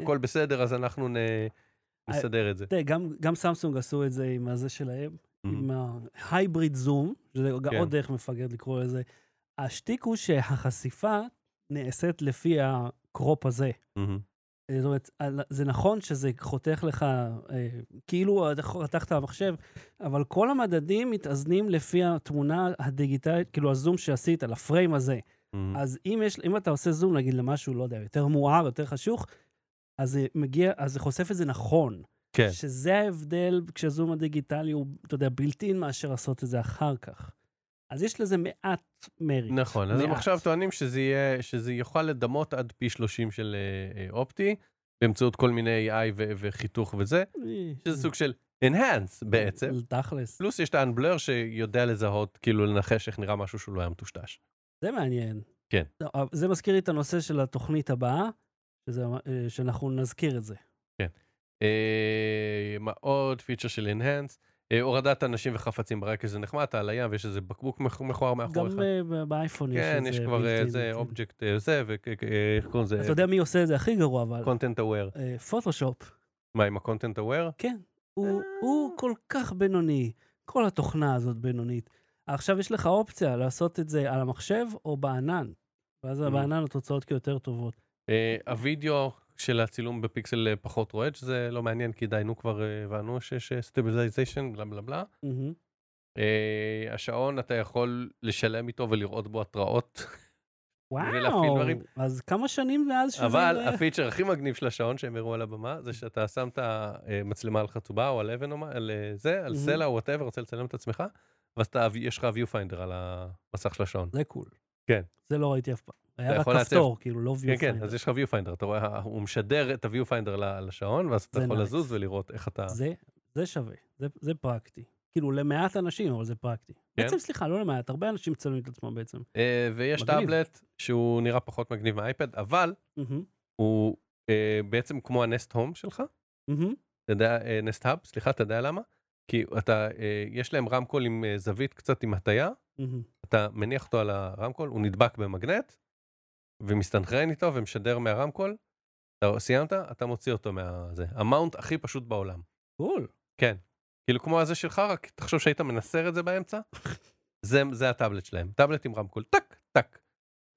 B: הכל בסדר, אז אנחנו נ... נסדר את זה.
A: תראה, גם- גם סמסונג עשו את זה עם הזה שלהם, עם ההייבריד זום, שזה
B: כן.
A: עוד דרך מפגרת לקרוא לזה. השטיק הוא שהחשיפה נעשית לפי הקרופ הזה.
B: מהמם.
A: אה, זאת אומרת, על- זה נכון שזה חותך לך, אה, כאילו אתה חתכת במחשב, אבל כל המדדים מתאזנים לפי התמונה הדיגיטלית, כאילו הזום שעשית, לפריים הזה.
B: מהמם.
A: אז אם, יש, אם אתה עושה זום, נגיד, למשהו, לא יודע, יותר מואר, יותר חשוך, אז זה מגיע, אז זה חושף את זה נכון.
B: כן.
A: שזה ההבדל כשהזום הדיגיטלי הוא, אתה יודע, בלתי אין מאשר לעשות את זה אחר כך. אז יש לזה מעט מרי.
B: נכון, אז הם
A: מעט.
B: עכשיו טוענים שזה יהיה, שזה יוכל לדמות עד פי 30 של אה, אה, אופטי, באמצעות כל מיני AI ו- וחיתוך וזה, שזה סוג של enhance בעצם.
A: אה, תכלס.
B: פלוס יש את האנבלר שיודע לזהות, כאילו לנחש איך נראה משהו שהוא לא היה מטושטש.
A: זה מעניין.
B: כן.
A: לא, אבל זה מזכיר לי את הנושא של התוכנית הבאה, שזה, אה, שאנחנו נזכיר את זה.
B: אה, מה עוד? פיצ'ר של enhance. אה, הורדת אנשים וחפצים ברקע שזה נחמד, אתה על הים ויש איזה בקבוק מכ- מכוער
A: גם
B: מאחוריך.
A: אה, ב- באייפון יש
B: כן,
A: את זה.
B: יש כבר
A: built-in,
B: איזה
A: built-in.
B: אובייקט זה, אה, ואיך קוראים לזה?
A: אתה יודע מי עושה את זה הכי גרוע, אבל...
B: קונטנט אוויר.
A: אה, פוטושופ.
B: מה, עם הקונטנט אוויר?
A: כן,
B: אה.
A: הוא, הוא כל כך בינוני. כל התוכנה הזאת בינונית. עכשיו יש לך אופציה לעשות את זה על המחשב או בענן. ואז
B: Mm.
A: בענן התוצאות כיותר טובות.
B: אה, הווידאו של הצילום בפיקסל אה, פחות רועד, שזה לא מעניין, כי די, נו כבר אה, הבנו שיש סטביליזיישן, בלה בלה בלה.
A: מהמם.
B: אה, השעון, אתה יכול לשלם איתו ולראות בו התראות, ולהפעיל
A: וואו,
B: דברים.
A: אז כמה שנים מאז שזה...
B: אבל
A: לא-
B: הפיצ'ר הכי מגניב של השעון שהם הראו על הבמה, זה שאתה שם את המצלמה על חצובה או על אבן או מה, על אה, זה, על
A: מהמם.
B: סלע או וואטאבר, רוצה לצלם את עצמך, ואז אתה- יש לך viewfinder על המסך של השעון.
A: זה קול.
B: כן.
A: זה לא ראיתי אף פעם. היה רק
B: יכול לעצב.
A: כפתור, כאילו, לא
B: כן,
A: view
B: כן, אז יש לך viewfinder, אתה רואה, הוא משדר את ה-viewfinder ל- לשעון, ואז אתה
A: זה
B: יכול
A: nice.
B: לזוז ולראות איך אתה...
A: זה, זה שווה, זה, זה פרקטי. כאילו, למעט אנשים, אבל זה פרקטי.
B: כן.
A: בעצם, סליחה, לא למעט, הרבה אנשים מצלמים את עצמם בעצם.
B: אה, ויש
A: מגניב.
B: טאבלט שהוא נראה פחות מגניב מהאייפד, אבל
A: מהמם,
B: הוא אה, בעצם כמו הנסט הום שלך,
A: מהמם.
B: אתה יודע, נסט האב, סליחה, אתה יודע למה? כי אתה, אה, יש להם רמקול עם אה, זווית קצת עם הטיה,
A: מהמם.
B: אתה מניח אותו על הרמקול, הוא נדבק במגנט, ומסתנכרן איתו ומשדר מהרמקול. אתה סיימת, אתה מוציא אותו מהזה. המאונט הכי פשוט בעולם.
A: קול.
B: כאילו כמו הזה שלך, רק תחשוב שהיית מנסר את זה באמצע. זה, זה הטאבלט שלהם. טאבלט עם רמקול, טק, טק.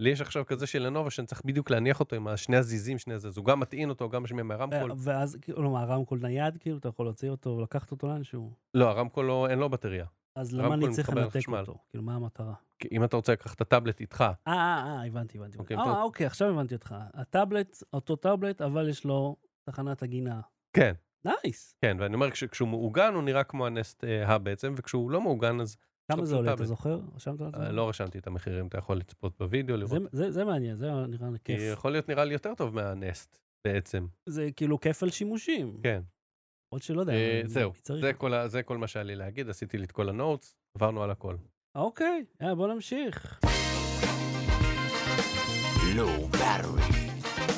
B: לי יש עכשיו כזה של לנובה שאני צריך בדיוק להניח אותו עם השני הזיזים, שני הזה. אז הוא גם מטעין אותו, גם משמיע מהרמקול.
A: ו- ואז, כאילו, מה, הרמקול נייד, כאילו, אתה יכול להוציא אותו ולקחת אותו לאנשהו.
B: לא, הרמקול לא, אין לו בטריה.
A: אז למה
B: הרמקול
A: אני צריך
B: מתחבר
A: לנתק
B: לחשמל.
A: אותו? כאילו, מה המטרה?
B: כי אם אתה רוצה לקחת את הטאבלט איתך,
A: אה, אה, אה, הבנתי, הבנתי.
B: אוקיי,
A: אה,
B: טוב.
A: אוקיי, עכשיו הבנתי אותך. הטאבלט, אותו טאבלט, אבל יש לו תחנת הגינה.
B: כן,
A: נייס.
B: כן, ואני אומר, כש, כשהוא מעוגן הוא נראה כמו הנסט אה, האב בעצם, וכשהוא לא מעוגן אז לו
A: כמה זה עולה, אתה
B: טאבלט.
A: זוכר? רשמת על זה?
B: אה, לא רשמתי את המחירים, אתה יכול לצפות בווידאו, לראות.
A: זה- זה- זה מעניין, זה נראה לי
B: כי
A: כיף.
B: יכול להיות נראה לי יותר טוב מהנסט בעצם,
A: זה כאילו כפל שימושים.
B: כן.
A: עוד שלא יודע.
B: אה,
A: מי-
B: זהו,
A: מי צריך
B: זה
A: אותו?
B: כל, ה- זה כל מה שהיה לי להגיד, עשיתי לי את כל הנוטס, עברנו על הכל.
A: אוקיי, אה, בוא נמשיך.
C: Low battery. לא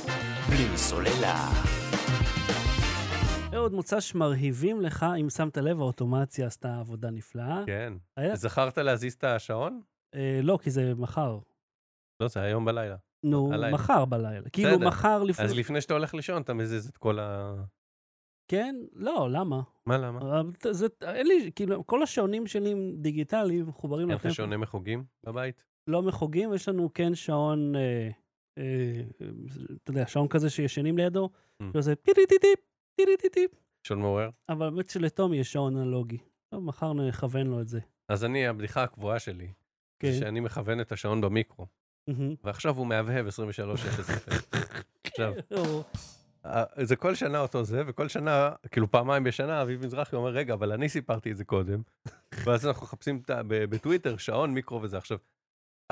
C: בלי סוללה.
A: אהוד אה, מוצ"ש מרהיבים לך, אם שמת לב, האוטומציה עשתה עבודה נפלאה.
B: כן.
A: היה-
B: זכרת להזיז את השעון?
A: אה, לא, כי זה מחר.
B: לא, זה היום בלילה.
A: נו,
B: הלילה.
A: מחר בלילה. כאילו,
B: בסדר.
A: מחר
B: אז
A: לפני...
B: לפני שאתה הולך לישון, אתה מזיז את כל ה...
A: כן? לא, למה?
B: מה, למה?
A: אבל זה, אין לי, כאילו, כל השעונים שלי הם דיגיטליים, מחוברים
B: אין לך
A: לטלפון.
B: שעוני מחוגים בבית?
A: לא מחוגים, יש לנו כן שעון, אה, אה, אה, אתה יודע, שעון כזה שישנים לידו,
B: Mm.
A: שעושה טירי-טיטיפ, טירי-טיטיפ,
B: שעון מעורר?
A: אבל באמת שלתום יש שעון אנלוגי. טוב, מחר נכוון לו את זה.
B: אז אני, הבדיחה הקבועה שלי,
A: כן.
B: זה שאני מכוון את השעון במיקרו,
A: מהמם.
B: ועכשיו הוא מהבהב 23.00. עכשיו,
A: (laughs) או,
B: אה, זה כל שנה אותו זה, וכל שנה, כאילו פעמיים בשנה, אביב מזרחי אומר, רגע, אבל אני סיפרתי את זה קודם. (laughs) ואז אנחנו מחפשים את ה- ב- בטוויטר, שעון, מיקרו וזה. עכשיו,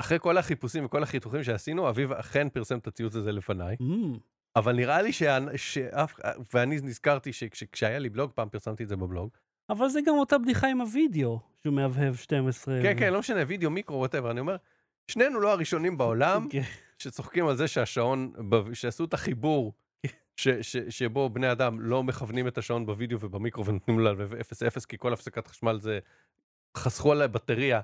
B: אחרי כל החיפושים וכל החיתוכים שעשינו, אביב אכן פרסם את הציוץ הזה לפניי.
A: מ,
B: אבל נראה לי שה- שאף, ואני נזכרתי שכשהיה לי בלוג, פעם פרסמתי את זה בבלוג.
A: אבל זה גם אותה בדיחה עם הוידאו, שהוא מהבהב 12.
B: כן, כן, לא משנה, וידאו, מיקרו, ווטאבר. אני אומר, שנינו לא הראשונים
A: (laughs)
B: בעולם
A: כן.
B: שצוחקים על זה שהשעון, ב- שעשו את החיבור ש, ש, שבו בני אדם לא מכוונים את השעון בווידאו ובמיקרו ונותנים לו על 0-0, כי כל הפסקת חשמל זה, חסכו על הבטריה,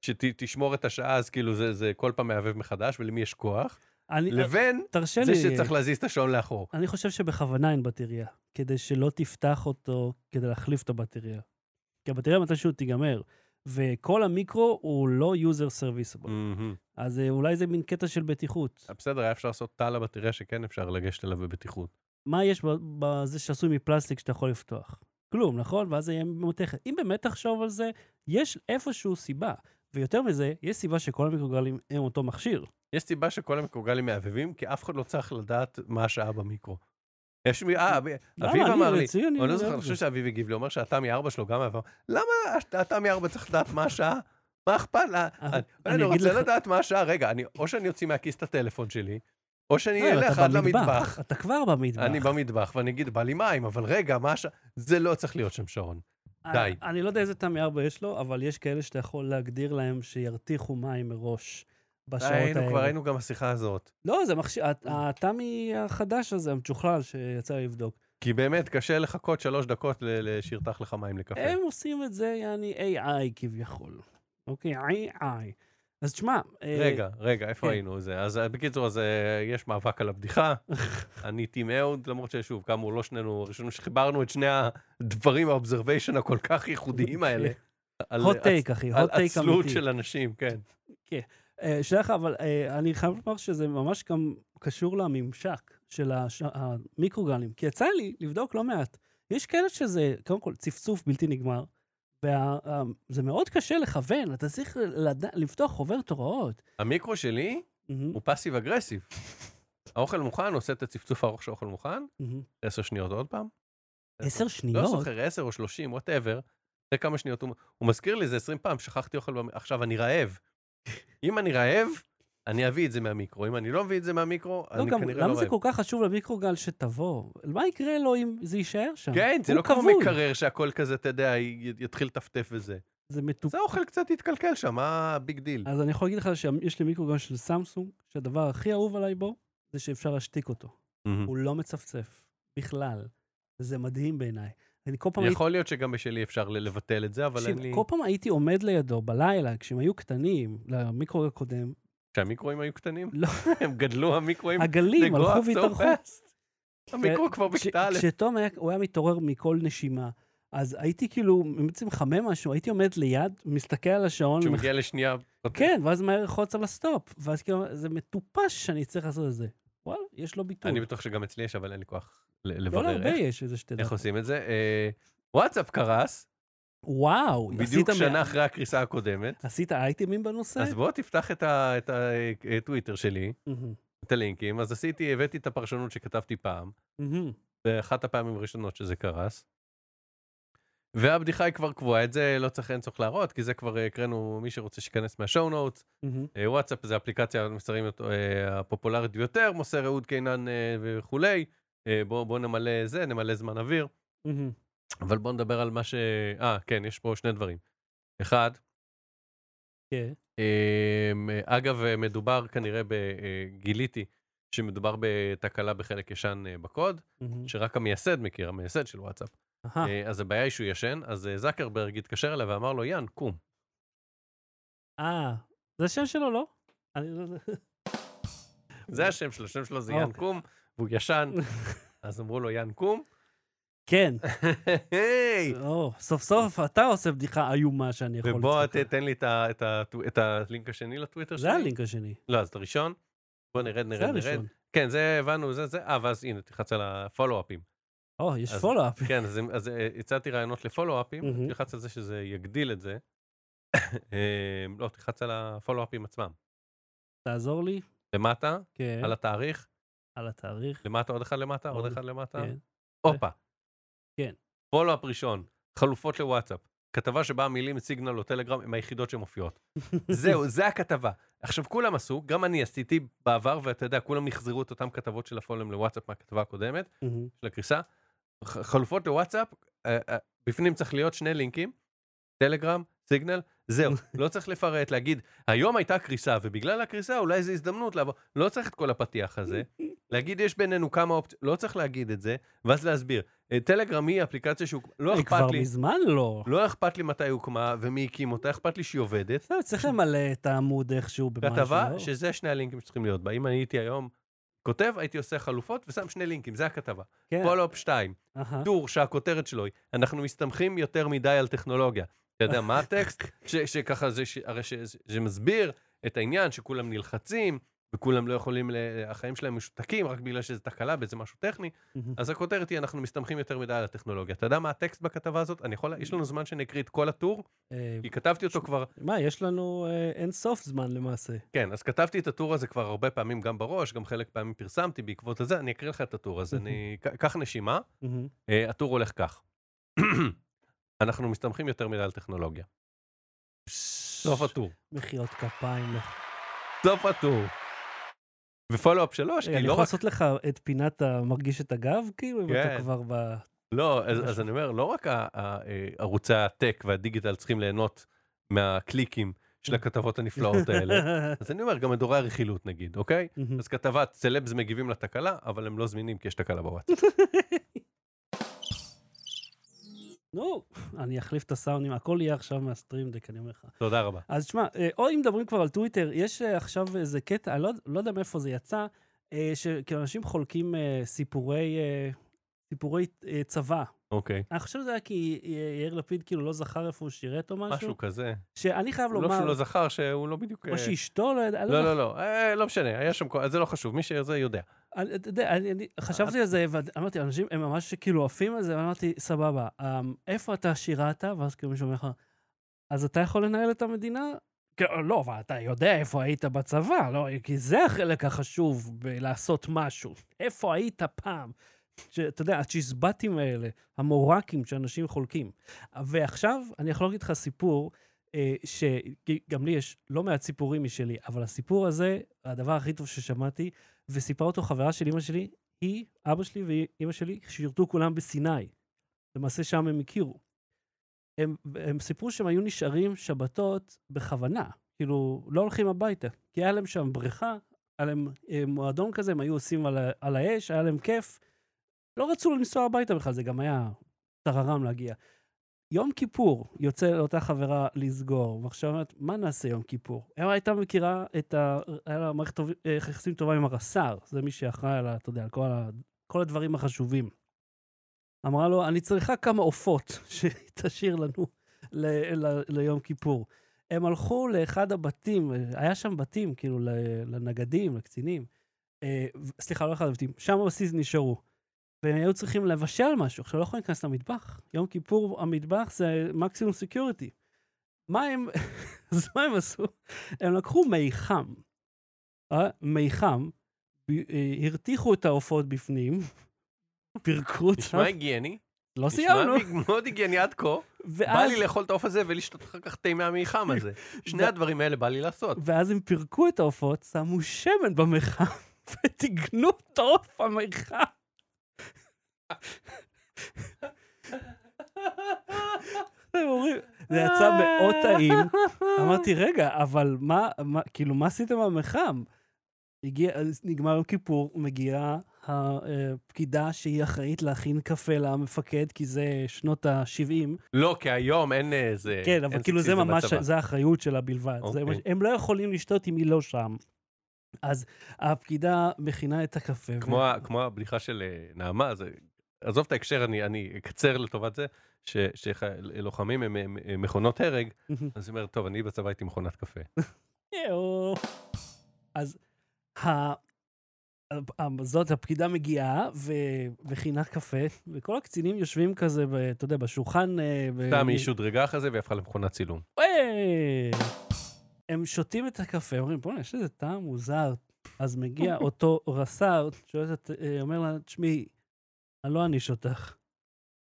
B: שתשמור את השעה, אז כאילו זה, זה כל פעם מהבהב מחדש, ולמי יש כוח,
A: אני-
B: לבין
A: תרשה אה, לי...
B: זה שצריך להזיז את השעון לאחור.
A: אני חושב שבכוונה אין בטריה, כדי שלא תפתח אותו, כדי להחליף את הבטריה. כי הבטריה מתישהו תיגמר, וכל המיקרו הוא לא user serviceable.
B: מהמם. אה,
A: אז אה, אולי זה מין קטע של בטיחות.
B: בסדר, היה אפשר לעשות תא לבטריה שכן אפשר לגשת אליו בבטיחות.
A: מה יש ב- בזה שעשוי מפלסטיק שאתה יכול לפתוח? כלום, נכון? ואז זה יהיה ממותכת. אם באמת תחשוב על זה, יש איפשהו סיבה. ויותר מזה, יש סיבה שכל המיקרוגלים הם אותו מכשיר.
B: יש סיבה שכל המקורגלים מהבהבים, כי אף אחד לא צריך לדעת מה השעה במיקרו. יש מי, אה, אבי- אביב
A: למה?
B: אמר
A: אני
B: לי,
A: רציני,
B: אני לא
A: אוהב
B: זוכר, אני
A: את
B: חושב
A: זה.
B: שאביב הגיב לי, הוא אומר שהתמי 4 שלו גם עבר. למה הת- התמי 4 צריך לדעת מה השעה? מה אכפת לה?
A: אבל
B: אני-
A: אני
B: אני
A: אגיד
B: רוצה
A: לך-
B: לדעת מה השעה, רגע, אני- או שאני אוציא מהכיס את הטלפון שלי, או שאני
A: אה,
B: אלך
A: אתה
B: עד
A: במטבח,
B: למטבח.
A: אתה כבר במטבח.
B: אני במטבח ואני אגיד, בא לי מים, אבל רגע, מה השעה? זה לא צריך להיות שם שעון. די.
A: אני לא יודע איזה טעמי ארבע יש לו, אבל יש כאלה שאתה יכול להגדיר להם שירתיחו מים מראש בשעות
B: היינו,
A: האלה.
B: כבר היינו גם בשיחה הזאת.
A: לא, זה מכשיר, הת- הטעמי החדש הזה, המצ'וכלל, שיצא לי לבדוק.
B: כי באמת, קשה לחכות שלוש דקות ל- לשירתח לך מים לקפה.
A: הם עושים את זה, יעני AI כביכול. אוקיי, AI. אז תשמע... אה,
B: רגע, רגע, איפה
A: כן.
B: היינו? זה, אז אה, בקיצור, אז אה, יש מאבק
A: (laughs)
B: על הבדיחה. אני טים אהוד, למרות ששוב, כאמור, לא שנינו הראשונים שחיברנו את שני הדברים, האובזרוויישן הכל כך ייחודיים האלה. על-
A: אוקיי. hot
B: הצ-
A: take, אחי, hot
B: על
A: take אמיתי.
B: עצלות של אנשים, כן.
A: אה, שאלה לך, אבל אה, אני חייב לומר שזה ממש גם קשור לממשק של הש- המיקרוגלים, כי יצא לי לבדוק לא מעט. יש כאלה שזה, קודם כל, צפצוף בלתי נגמר, וזה מאוד קשה לכוון, אתה צריך לדע, לפתוח חוברת הוראות.
B: המיקרו שלי
A: מהמם,
B: הוא פאסיב אגרסיב. האוכל מוכן, עושה את הצפצוף הארוך של האוכל מוכן,
A: מהמם.
B: עשר שניות עוד פעם.
A: עשר
B: לא
A: שניות?
B: זוכר, עשר או שלושים, וואטאבר. זה כמה שניות. הוא הוא מזכיר לי איזה עשרים פעם, שכחתי אוכל, במ- עכשיו אני רעב. אם אני רעב, אני אביא את זה מהמיקרו. אם אני לא מביא את זה מהמיקרו,
A: לא,
B: אני
A: גם,
B: כנראה
A: למה
B: לא
A: זה
B: רעב.
A: כל כך חשוב למיקרוגל שתבוא? מה יקרה לו אם זה יישאר שם?
B: כן, זה
A: הוא
B: לא כמו
A: כבול.
B: מקרר שהכל כזה, אתה יודע, י- יתחיל לטפטף וזה.
A: זה מטופ...
B: זה האוכל קצת יתקלקל שם, מה הביג דיל?
A: אז אני יכול להגיד לך שיש לי מיקרוגל של סמסונג, שהדבר הכי אהוב עליי בו, זה שאפשר להשתיק אותו.
B: מהמם.
A: הוא לא מצפצף, בכלל. זה מדהים בעיניי. אני כל פעם הייתי...
B: יכול להיות שגם בשלי אפשר ל- לבטל את זה, אבל אין
A: לא תקשיב,
B: לי...
A: כל פעם הייתי עומד לידו בלילה, כשהם היו קטנים, למיקרוגל הקודם,
B: כשהמיקרואים היו קטנים?
A: לא.
B: (laughs) הם גדלו המיקרואים.
A: הגלים
B: They go up
A: הלכו
B: so
A: והתארחו.
B: fast. המיקרו כבר
A: אה, כש-
B: בכיתה א'.
A: כשתום היה, הוא היה מתעורר מכל נשימה, אז הייתי כאילו, בעצם מחמם משהו, הייתי עומד ליד, מסתכל על השעון,
B: כשהוא
A: מח-
B: מגיע לשנייה...
A: כן, ואז מהר ללחוץ על הסטופ, ואז כאילו, זה מטופש שאני צריך לעשות את זה. וואלה, יש לו ביטוי.
B: אני בטוח שגם אצלי יש, אבל אין לי כוח ל-
A: לא
B: לברר
A: להרבה
B: איך-
A: יש איזה שתי
B: איך
A: דקות.
B: עושים את זה. אה, וואטסאפ קרס,
A: וואו, עשית
B: בדיוק שנה
A: מה-
B: אחרי הקריסה הקודמת.
A: עשית אייטמים בנושא?
B: אז בוא תפתח את ה- את הטוויטר שלי,
A: מהמם,
B: את הלינקים. אז עשיתי, הבאתי את הפרשנות שכתבתי פעם,
A: מהמם.
B: באחת הפעמים הראשונות שזה קרס. והבדיחה היא כבר קבועה, את זה לא צריך, אין צורך להראות, כי זה כבר אה, הקראנו, מי שרוצה שיכנס מהשואו נוטס.
A: מהמם.
B: אה, וואטסאפ זה האפליקציה המסרים אה, הפופולרית ביותר, מוסר אהוד קינן אה, וכולי. אה, בואו בוא נמלא זה, נמלא זמן אוויר.
A: מהמם.
B: אבל בואו נדבר על מה ש... אה, כן, יש פה שני דברים. אחד,
A: כן.
B: אה, אגב, אה, מדובר כנראה, ב, אה, גיליתי שמדובר בתקלה בחלק ישן אה, בקוד,
A: מהמם.
B: שרק המייסד מכיר, המייסד של וואטסאפ.
A: אהה,
B: אה, אז הבעיה היא שהוא ישן, אז אה, זקרברג התקשר אליו ואמר לו, יאן, קום.
A: אה, זה השם שלו, לא? אני לא יודע. (laughs)
B: זה השם שלו, השם שלו זה יאן
A: אוקיי.
B: קום, והוא ישן.
A: (laughs)
B: אז אמרו לו, יאן קום.
A: (laughs)
B: (laughs)
A: כן.
B: היי!
A: או, סוף סוף אתה עושה בדיחה איומה שאני יכול
B: ובוא
A: לצחוק עליה.
B: תתן לי את ה- את הטו- את הלינק השני לטוויטר שלי.
A: זה הלינק השני.
B: לא, אז את הראשון. בוא נרד,
A: זה
B: נרד, נרד.
A: הראשון.
B: כן, זה הבנו, זה, זה. אה, ואז הנה, תלחץ על הפולו-אפים.
A: או, יש
B: אז-
A: פולו-אפ.
B: כן, אז, אז אה, הצעתי רעיונות לפולו-אפים,
A: מהמם.
B: תלחץ על זה שזה יגדיל את זה. אה, לא, תלחץ על הפולו-אפים עצמם.
A: תעזור לי.
B: למטה,
A: כן.
B: על התאריך,
A: על התאריך.
B: למטה, עוד אחד למטה, עוד
A: עוד-
B: אחד למטה.
A: כן.
B: הופה.
A: כן.
B: פולו-אפ ראשון, חלופות לוואטסאפ. כתבה שבה המילים סיגנל או טלגרם הן היחידות שמופיעות. זהו, זה הכתבה. עכשיו, כולם עשו, גם אני עשיתי בעבר, ואתה יודע, כולם יחזרו את אותן כתבות של הפולום לוואטסאפ מהכתבה הקודמת,
A: מהמם.
B: של הקריסה. ח- חלופות לוואטסאפ, אה, אה, בפנים צריך להיות שני לינקים, טלגרם, סיגנל,
A: (laughs)
B: זהו. לא צריך לפרט, להגיד, היום הייתה קריסה, ובגלל הקריסה אולי זו הזדמנות לעבור, לא צריך את כל
A: (laughs)
B: הפתיח הזה. להגיד, יש בינינו כמה אופציות, לא צריך להגיד את זה, ואז להסביר. אה, טלגרם היא אפליקציה שהוא, לא
A: היא
B: אכפת
A: כבר
B: לי,
A: מזמן לא.
B: לא אכפת לי מתי הוקמה ומי הקים אותה, אכפת לי שהיא עובדת.
A: בסדר, צריך למלא את העמוד אה, איכשהו במשהו.
B: כתבה
A: לא?
B: שזה שני הלינקים שצריכים להיות בה. אם אני הייתי היום כותב, הייתי עושה חלופות ושם שני לינקים, זה הכתבה.
A: כן.
B: פולו-אפ 2,
A: אהה.
B: טור שהכותרת שלו היא, אנחנו מסתמכים יותר מדי על טכנולוגיה. אתה יודע מה הטקסט? ש- שככה זה, ש- הרי ש- ש- שמסביר את העניין שכולם נלחצים. וכולם לא יכולים, ל- החיים שלהם משותקים רק בגלל שזו תקלה באיזה משהו טכני,
A: מהמם.
B: אז הכותרת היא, אנחנו מסתמכים יותר מדי על הטכנולוגיה. אתה יודע מה הטקסט בכתבה הזאת? אני יכול, יש לנו זמן שנקריא את כל הטור,
A: אה,
B: כי כתבתי אותו כבר
A: מה, יש לנו אה, אין סוף זמן למעשה.
B: כן, אז כתבתי את הטור הזה כבר הרבה פעמים גם בראש, גם חלק פעמים פרסמתי בעקבות הזה, אני אקריא לך את הטור, אז אני... ק- קח נשימה,
A: מהמם.
B: אה, הטור הולך כך. אנחנו מסתמכים יותר מדי על טכנולוגיה. סוף אה, הטור.
A: מחיאות כפיים. אה, לך.
B: סוף הטור. ופולו-אפ שלוש,
A: רגע,
B: כי
A: אני
B: לא
A: יכול
B: רק...
A: לעשות לך את פינת המרגיש את הגב, כאילו, אם
B: כן.
A: אתה כבר ב...
B: לא, אז-
A: משהו.
B: אז אני אומר, לא רק ה- ה- אה, ערוצי הטק והדיגיטל צריכים ליהנות מהקליקים של הכתבות
A: (laughs)
B: הנפלאות האלה. אז אני אומר, גם מדורי הרכילות נגיד, אוקיי?
A: מהמם.
B: אז כתבה, סלבס מגיבים לתקלה, אבל הם לא זמינים כי יש תקלה בוואטסאפ.
A: נו, אני אחליף את הסאונדים, הכל יהיה עכשיו מהסטרימדק, אני אומר לך.
B: תודה רבה.
A: אז שמע, אה, או אם מדברים כבר על טוויטר, יש אה, עכשיו איזה קטע, אני לא, לא יודע מאיפה זה יצא, אה, שכאילו אנשים חולקים אה, סיפורי, אה, סיפורי אה, צבא.
B: אוקיי.
A: אני חושב שזה היה כי אה, יאיר לפיד כאילו לא זכר איפה הוא שירת או משהו.
B: משהו כזה.
A: שאני חייב
B: לא שהוא
A: לומר,
B: לא זכר שהוא לא בדיוק...
A: או
B: אה,
A: שאשתו לא ידעה,
B: לא, לא, לא, אה, לא משנה, היה שם, כל- זה לא חשוב, מי שזה יודע.
A: אני, אתה יודע, אני, אני חשבתי על זה, ואמרתי, אנשים, הם ממש כאילו עפים על זה, ואמרתי, סבבה, אמ, איפה אתה שירת? ואז כאילו מישהו אומר לך, אז אתה יכול לנהל את המדינה? כאילו, לא, אבל אתה יודע איפה היית בצבא, לא, כי זה החלק החשוב בלעשות משהו. איפה היית פעם? ש- אתה יודע, הצ'יזבטים האלה, המורקים שאנשים חולקים. ועכשיו, אני יכול להגיד לך סיפור אה, ש... כי גם לי יש לא מעט סיפורים משלי, אבל הסיפור הזה, הדבר הכי טוב ששמעתי, וסיפרה אותו חברה של אימא שלי, היא, אבא שלי ואימא שלי, שירתו כולם בסיני. למעשה שם הם הכירו. הם, הם סיפרו שהם היו נשארים שבתות בכוונה, כאילו, לא הולכים הביתה. כי היה להם שם בריכה, היה להם אה, מועדון כזה, הם היו עושים על, ה- על האש, היה להם כיף. לא רצו לנסוע הביתה בכלל, זה גם היה טררם להגיע. יום כיפור יוצא לאותה חברה לסגור, ועכשיו אומרת, מה נעשה יום כיפור? היא הייתה מכירה את ה... היה לה מערכת טוב- אה, יחסים טובה עם הרס"ר, זה מי שאחראי על, ה- אתה יודע, על כל, ה... כל הדברים החשובים. אמרה לו, אני צריכה כמה עופות שתשאיר לנו ל... ל... ליום כיפור. הם הלכו לאחד הבתים, היה שם בתים, כאילו, ל- לנגדים, לקצינים. אה, ו- סליחה, לא אחד הבתים, שם בבסיס נשארו. והם היו צריכים לבשל משהו, עכשיו לא יכולים להיכנס למטבח. יום כיפור המטבח זה מקסימום סקיוריטי. מה הם, (laughs) אז מה הם עשו? הם לקחו מי חם. אה? מי חם, ב- אה, הרתיחו את העופות בפנים, (laughs) פירקו אותם.
B: נשמע הגיוני.
A: לא סיימנו.
B: נשמע (laughs) מאוד הגיוני עד
A: (laughs)
B: כה. בא
A: ואז,
B: לי לאכול את העוף הזה ולשתות אחר כך תה מהמיחם הזה.
A: (laughs)
B: שני
A: ו-
B: הדברים האלה בא לי לעשות.
A: ואז הם פירקו את העופות, שמו שמן במרחב, (laughs) וטיגנו את העוף במרחב. הם אומרים, זה יצא מאוד טעים. אמרתי, רגע, אבל מה, מה כאילו, מה עשיתם במרחב? הגיע, אז נגמר יום כיפור, מגיעה הפקידה שהיא אחראית להכין קפה למפקד, כי זה שנות ה-70,
B: לא, כי היום אין איזה...
A: כן, אבל כאילו זה ממש, זה האחריות שלה בלבד. זה
B: אה, אוקיי.
A: מה ש- הם לא יכולים לשתות אם היא לא שם. אז הפקידה מכינה את הקפה. ו-
B: כמו, ה- כמו הבדיחה של אה, נעמה, זה... עזוב את ההקשר, אני, אני אקצר לטובת זה, ש- שלוחמים הם, הם, הם מכונות הרג,
A: (laughs)
B: אז היא אומרת, טוב, אני בצבא הייתי מכונת קפה.
A: יאו. אז ה... ה- זאת הפקידה מגיעה ו... וכינה קפה, וכל הקצינים יושבים כזה, ב... אתה יודע, בשולחן... אה, ב-
B: סתם היא שודרגה אחרי זה והיא הפכה למכונת צילום.
A: היי! הם שותים את הקפה, אומרים, בוא'נה, יש איזה טעם מוזר. אז מגיע אותו רס"ר, שואל את- אה, אומר לה, תשמעי, אני לא אעניש אותך.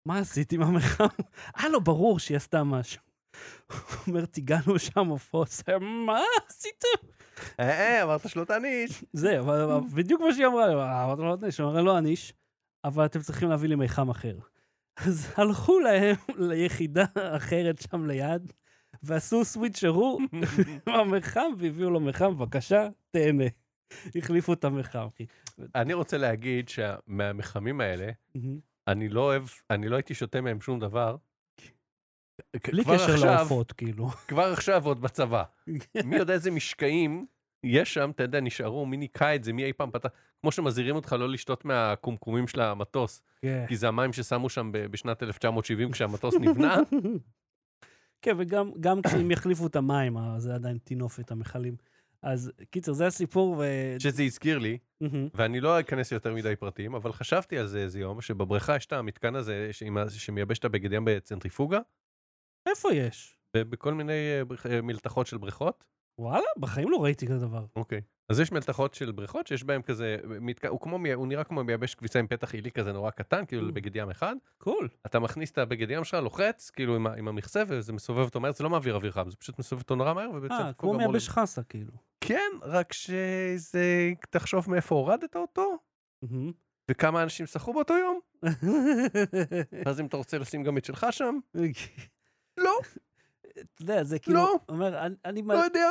A: מה עשית עם המחם? (laughs) אה, לא, ברור שהיא עשתה משהו. (laughs) הוא אומר, תיגענו שם עופות. (laughs) מה עשיתם?
B: אה, אמרת שלא תעניש.
A: זה, אבל- אבל בדיוק מה שהיא אמרה, "אה, אבל לא אעניש. הוא אומר, לא אעניש, אבל אתם צריכים להביא לי מיחם אחר. (laughs) אז הלכו להם ליחידה אחרת שם ליד, ועשו סוויצ'רו, המחם, והביאו לו מחם, בבקשה, תהנה. החליפו את המחם, אחי.
B: (laughs) אני רוצה להגיד שמהמחמים האלה, אני לא אוהב, אני לא הייתי שותה מהם שום דבר.
A: בלי
B: כבר
A: קשר
B: עכשיו-
A: לעופות, כאילו.
B: כבר עכשיו עוד בצבא. מי יודע איזה משקעים יש שם, אתה יודע, נשארו, מי ניקה את זה, מי אי פעם פתח, כמו שמזהירים אותך לא לשתות מהקומקומים של המטוס,
A: כן.
B: כי זה המים ששמו שם ב- בשנת 1970 כשהמטוס נבנה.
A: (laughs) כן, וגם גם כשהם יחליפו את המים, אה, זה עדיין טינופת, המכלים. אז קיצר, זה הסיפור, ו...
B: שזה הזכיר לי,
A: מהמם.
B: ואני לא אכנס ליותר מדי פרטים, אבל חשבתי על זה איזה יום, שבבריכה יש את המתקן הזה שעם ה- שמייבש את הבגד ים בצנטריפוגה,
A: איפה יש?
B: ובכל מיני אה, בריכ- אה, מלתחות של בריכות.
A: וואלה, בחיים לא ראיתי כזה דבר.
B: אוקיי. אז יש מלתחות של בריכות שיש בהן כזה, אה, מתק- הוא, כמו, מי- הוא נראה כמו מייבש כביסה עם פתח עילי כזה נורא קטן, כאילו
A: Mm.
B: לבגד ים אחד.
A: קול.
B: אתה מכניס את הבגד ים שלך, לוחץ, כאילו עם, ה- עם המכסה, וזה מסובב אותו מהר, זה לא מעביר אוויר חם, זה פשוט מסובב אותו נורא מהר, ובעצם...
A: אה, כמו מייבש חסה, כאילו.
B: כן, רק שזה... תחשוב מאיפה הורדת אותו, (laughs)
A: מהמם.
B: וכמה אנשים שחו באותו יום,
A: אה.
B: ואז אם אתה רוצה לשים גם את שלך שם, לא,
A: אתה יודע, זה כאילו...
B: לא.
A: אומר, אני- אני...
B: לא יודע.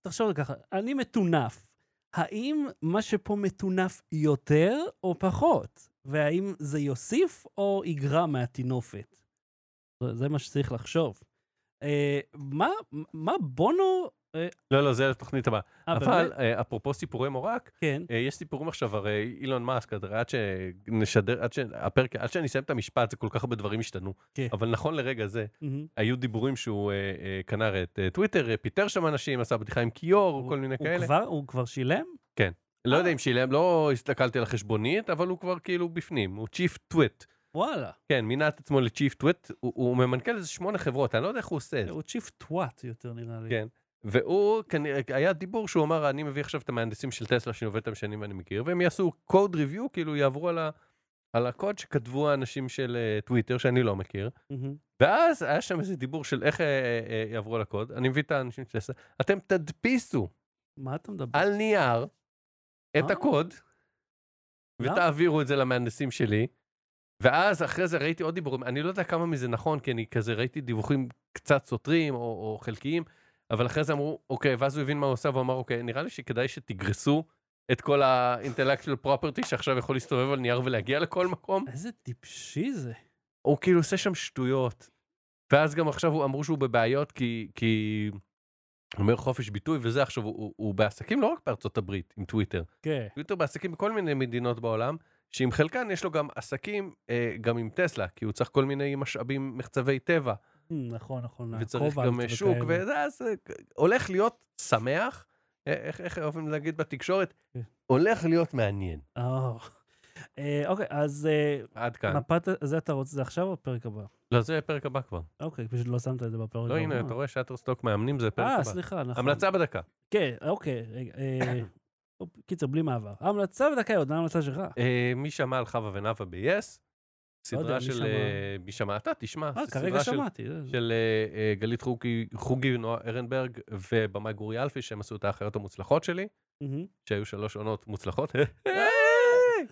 A: תחשוב ככה, אני מטונף. האם מה שפה מטונף יותר או פחות? והאם זה יוסיף או יגרע מהטינופת? זה- זה מה שצריך לחשוב. אה, מה, מה בונו... אה,
B: לא, לא, זה לתוכנית הבאה.
A: אה,
B: אבל
A: באמת?
B: אה, אפרופו סיפורי מורק,
A: כן.
B: אה, יש סיפורים עכשיו, הרי אילון מאסק, אז עד שנשדר, עד שהפרק, עד שאני אסיים את המשפט, זה כל כך הרבה דברים השתנו.
A: כן.
B: אבל נכון לרגע זה,
A: מהמם.
B: היו דיבורים שהוא אה, אה, כנר את אה, טוויטר, אה, פיטר שם אנשים, עשה בדיחה עם כיור, כל מיני
A: הוא
B: כאלה.
A: כבר- אה. הוא כבר שילם?
B: לא יודע אם שילם, לא הסתכלתי על החשבונית, אבל הוא כבר כאילו בפנים, הוא צ'יף טוויט.
A: וואלה.
B: כן, מינה את עצמו לצ'יף טוויט, הוא- הוא ממנכ"ל איזה שמונה חברות, אני לא יודע איך הוא עושה את זה.
A: הוא צ'יפ טוואט יותר נראה לי.
B: כן. והוא, כנראה, היה דיבור שהוא אמר, אני מביא עכשיו את המהנדסים של טסלה שאני עובד איתם שנים ואני מכיר, והם יעשו code review, כאילו יעברו על, ה, על הקוד שכתבו האנשים של אה, טוויטר, שאני לא מכיר.
A: מהמם.
B: ואז היה שם איזה דיבור של איך אה, אה, אה, יעברו על הקוד. אני מביא את האנשים של עשה. אתם תדפיסו
A: מה אתה מדבר?
B: על נייר את
A: אה.
B: הקוד,
A: למה?
B: ותעבירו את זה למהנדסים שלי. ואז אחרי זה ראיתי עוד דיבורים, אני לא יודע כמה מזה נכון, כי אני כזה ראיתי דיווחים קצת סותרים או, או חלקיים, אבל אחרי זה אמרו, אוקיי, ואז הוא הבין מה הוא עושה, והוא אמר, אוקיי, נראה לי שכדאי שתגרסו את כל ה-intellectual property שעכשיו יכול להסתובב על נייר ולהגיע לכל מקום.
A: איזה טיפשי זה.
B: הוא כאילו עושה שם שטויות. ואז גם עכשיו הוא אמרו שהוא בבעיות כי, כי הוא אומר חופש ביטוי וזה, עכשיו הוא, הוא, הוא בעסקים לא רק בארצות הברית עם טוויטר,
A: כן.
B: טוויטר בעסקים בכל מיני מדינות בעולם, שעם חלקן יש לו גם עסקים, אה, גם עם טסלה, כי הוא צריך כל מיני משאבים, מחצבי טבע,
A: אמ, נכון, נכון.
B: וצריך
A: הקובלט
B: גם אה, שוק,
A: וכאלה.
B: וזה אז, אה, הולך להיות שמח, אה, איך, איך אוהבים להגיד בתקשורת,
A: כן.
B: הולך להיות מעניין.
A: אה. אה, אוקיי, אז אה,
B: עד כאן.
A: מפת, זה אתה רוצה, זה עכשיו או הפרק הבא?
B: לא, זה הפרק הבא כבר.
A: אוקיי, פשוט לא שמת את זה בפרק הבא.
B: לא, הנה, אתה רואה שאטרסטוק מאמנים, זה הפרק
A: אה,
B: הבא.
A: סליחה, נכון.
B: המלצה בדקה.
A: כן, אוקיי, רגע. אה, (coughs) אופ, קיצר, בלי מעבר. המלצה ודקאיות, מה ההמלצה שלך?
B: אה, מי שמע על חווה ונאווה ב-yes?
A: לא יודע,
B: סדרה
A: מי
B: של...
A: שמע?
B: אה, מי שמע? אתה, תשמע.
A: אה,
B: זו
A: כרגע
B: סדרה של-
A: שמעתי. זה-
B: של אה, אה, גלית חוגי- חוגי, נועה ארנברג ובמאי גורי אלפי, שהם עשו את האחיות המוצלחות שלי,
A: מהמם.
B: שהיו שלוש עונות מוצלחות. (laughs)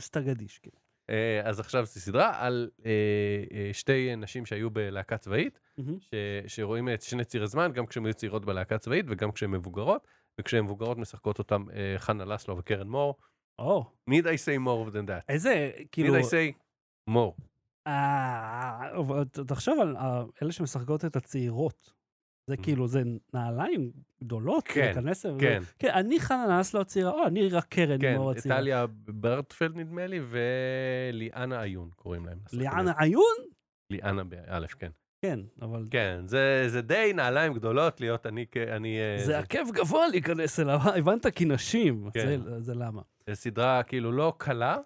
A: סטגדיש, כן.
B: אה, אז עכשיו זו סדרה על אה, אה, שתי נשים שהיו בלהקה צבאית,
A: מהמם.
B: ש- שרואים את שני ציר הזמן, גם כשהן היו צעירות בלהקה צבאית וגם כשהן מבוגרות, וכשהן מבוגרות משחקות אותן אה, חנה לסלו וקרן מור.
A: או,
B: need I say more than that.
A: איזה,
B: need
A: כאילו...
B: I say more.
A: אה, אבל ת- תחשוב על ה- אלה שמשחקות את הצעירות. זה כאילו, זה נעליים גדולות,
B: כן,
A: להיכנס אליהם.
B: כן.
A: כן, אני חנה נסלו צעירה, או אני רק קרן לא
B: כן,
A: מאור הצעירה.
B: טליה ברטפלד נדמה לי, וליאנה עיון קוראים להם.
A: ליאנה עיון?
B: ליאנה באלף, כן.
A: כן, אבל
B: כן, זה, זה די נעליים גדולות להיות אני, כ- אני אה,
A: זה עקב גבוה להיכנס אליו, אה, הבנת? כי נשים,
B: כן.
A: זה- זה למה.
B: זה סדרה כאילו לא קלה,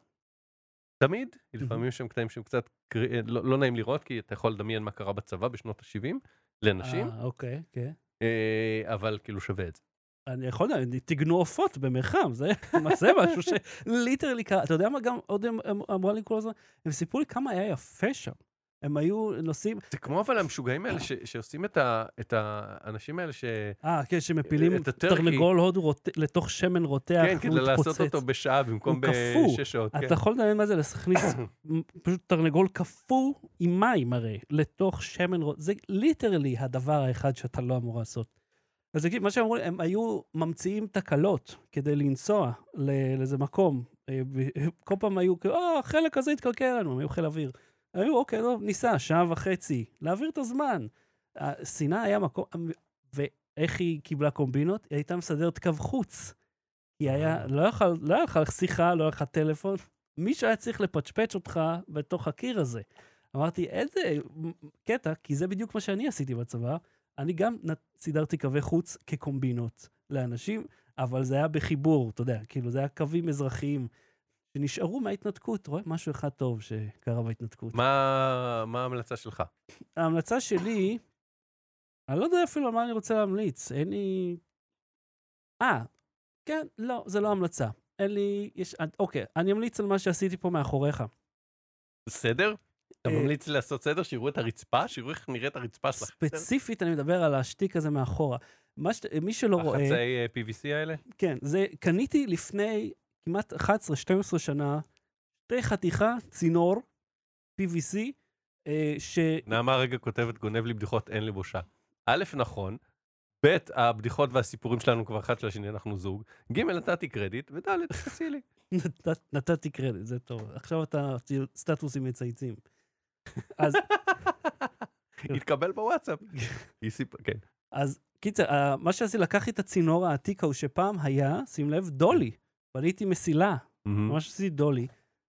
B: תמיד, לפעמים יש שם קטעים שהם קצת קר... אה, לא, לא נעים לראות, כי אתה יכול לדמיין מה קרה בצבא בשנות ה-70 לנשים,
A: אה, אוקיי, כן.
B: אה, אבל כאילו שווה את זה.
A: אני יכול, אני- תגנו עופות במרחם, זה מה- זה משהו שליטרלי קרה. אתה יודע מה גם עוד הם הם אמרו לי כל הזמן? הם סיפרו לי כמה היה יפה שם. הם היו נוסעים,
B: זה כמו אבל המשוגעים האלה ש, שעושים את, ה, את האנשים האלה ש...
A: אה, כן, שמפילים
B: את הטרקי.
A: תרנגול הודו רוט- לתוך שמן רותח,
B: כן, כדי
A: והוא
B: לעשות
A: מתפוצץ.
B: אותו בשעה במקום
A: הוא קפוא.
B: בשש שעות. כן.
A: אתה יכול לדמיין מה זה להכניס מ- פשוט תרנגול קפוא עם מים הרי, לתוך שמן רוט... זה ליטרלי הדבר האחד שאתה לא אמור לעשות. אז זה כאילו, מה שהם אמרו, לי, הם היו ממציאים תקלות כדי לנסוע ל- לאיזה מקום. אה, ב- כל פעם היו כאילו, אה, החלק הזה התקלקל לנו, הם היו חיל אוויר. היו, אוקיי, לא, ניסע, שעה וחצי, להעביר את הזמן. ה- סיני היה מקום, ואיך היא קיבלה קומבינות? היא הייתה מסדרת קו חוץ. היא היה, לא יכל- לא היה לך שיחה, לא היה לך טלפון. מישהו היה צריך לפצ'פץ' אותך בתוך הקיר הזה. אמרתי, איזה קטע, כי זה בדיוק מה שאני עשיתי בצבא. אני גם נ- סידרתי קווי חוץ כקומבינות לאנשים, אבל זה היה בחיבור, אתה יודע, כאילו, זה היה קווים אזרחיים שנשארו מההתנתקות. רואה משהו אחד טוב שקרה בהתנתקות.
B: מה מה ההמלצה שלך?
A: ההמלצה שלי, אני לא יודע אפילו על מה אני רוצה להמליץ, אין לי... אה, כן, לא, זה לא המלצה. אין לי... יש... אוקיי, אני אמליץ על מה שעשיתי פה מאחוריך.
B: סדר? אתה
A: אה,
B: ממליץ לעשות סדר, שיראו את הרצפה? שיראו איך נראית הרצפה שלך?
A: ספציפית, אני מדבר על השטיק הזה מאחורה. מה ש... מי שלא רואה...
B: החצאי אה, PVC האלה?
A: כן, זה... קניתי לפני כמעט 11-12 שנה, שתי חתיכה צינור PVC, אה, ש...
B: נעמה רגע כותבת, גונב לי בדיחות, אין לי בושה. א', נכון. ב', הבדיחות והסיפורים שלנו כבר אחד של השני, אנחנו זוג. ג', נתתי קרדיט, וד', תעשי לי.
A: נת- נתתי קרדיט, זה טוב. עכשיו אתה סטטוסים מצייצים. אז כן.
B: התקבל בוואטסאפ. היא סיפ- כן.
A: אז קיצר, אה, מה שעשיתי, לקחתי את הצינור העתיק ההוא שפעם היה, שים לב, דולי. בניתי מסילה,
B: Mm-hmm.
A: ממש לא עשיתי דולי.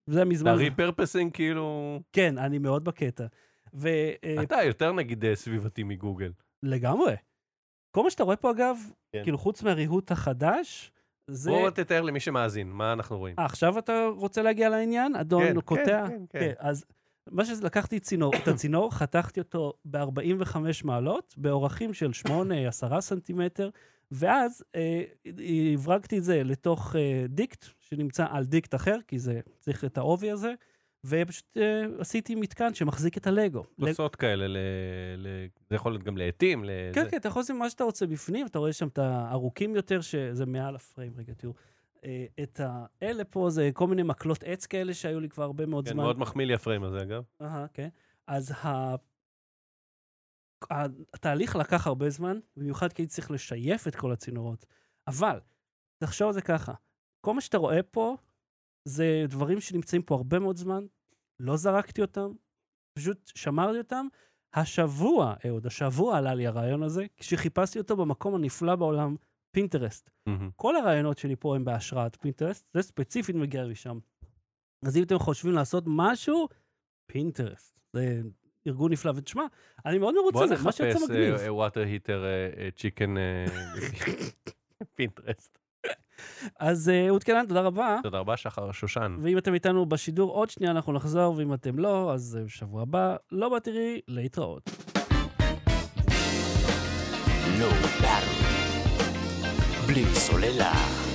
A: זה מזמן.
B: הריפרפסינג כאילו...
A: כן, אני מאוד בקטע. אה, ולגמרי.
B: אתה יותר נגיד אה, סביבתי מגוגל.
A: כל מה שאתה רואה פה, אגב,
B: כן.
A: כאילו, חוץ מהריהוט החדש, זה...
B: בוא תתאר למי שמאזין, מה אנחנו רואים.
A: אה, עכשיו אתה רוצה להגיע לעניין?
B: כן,
A: אדון
B: כן,
A: קוטע?
B: כן,
A: כן,
B: כן.
A: אז מה שזה, לקחתי צינור, את הצינור, חתכתי אותו ב-45 מעלות, באורכים של 8-10 סנטימטר, ואז אה, הברגתי את זה לתוך אה, דיקט, שנמצא על דיקט אחר, כי זה צריך את העובי הזה, ופשוט אה, עשיתי מתקן שמחזיק את הלגו. לג-
B: כוסות כאלה, ל... ל... זה יכול להיות גם לעטים. ל...
A: כן,
B: זה...
A: כן, אתה יכול לשים מה שאתה רוצה בפנים, אתה רואה שם את הארוכים יותר, שזה מעל הפריים, רגע, תראו. אה, את האלה פה, זה כל מיני מקלות עץ כאלה שהיו לי כבר הרבה מאוד
B: כן,
A: זמן.
B: מאוד מחמיא לי הפריים הזה, אגב.
A: אהה, כן. אז ה... ה- התהליך לקח הרבה זמן, במיוחד כי הייתי צריך לשייף את כל הצינורות. אבל, תחשוב על זה ככה, כל מה שאתה רואה פה, זה דברים שנמצאים פה הרבה מאוד זמן, לא זרקתי אותם, פשוט שמרתי אותם. השבוע, אהוד, השבוע עלה לי הרעיון הזה, כשחיפשתי אותו במקום הנפלא בעולם, פינטרסט.
B: מהמם.
A: כל הרעיונות שלי פה הם בהשראת פינטרסט, זה ספציפית מגיע משם. אז אם אתם חושבים לעשות משהו, פינטרסט. זה ארגון נפלא, ותשמע, אני מאוד מרוצה
B: בוא
A: מזה, מה שיוצא
B: נחפש אה,
A: מגניב.
B: וואטר היטר צ'יקן אה, (laughs) פינטרסט.
A: אז אה, אהוד קלן, תודה רבה.
B: תודה רבה, שחר שושן.
A: ואם אתם איתנו בשידור עוד שנייה אנחנו נחזור, ואם אתם לא, אז אה, בשבוע הבא, לא בתראי, להתראות.
C: No battery. בלי סוללה.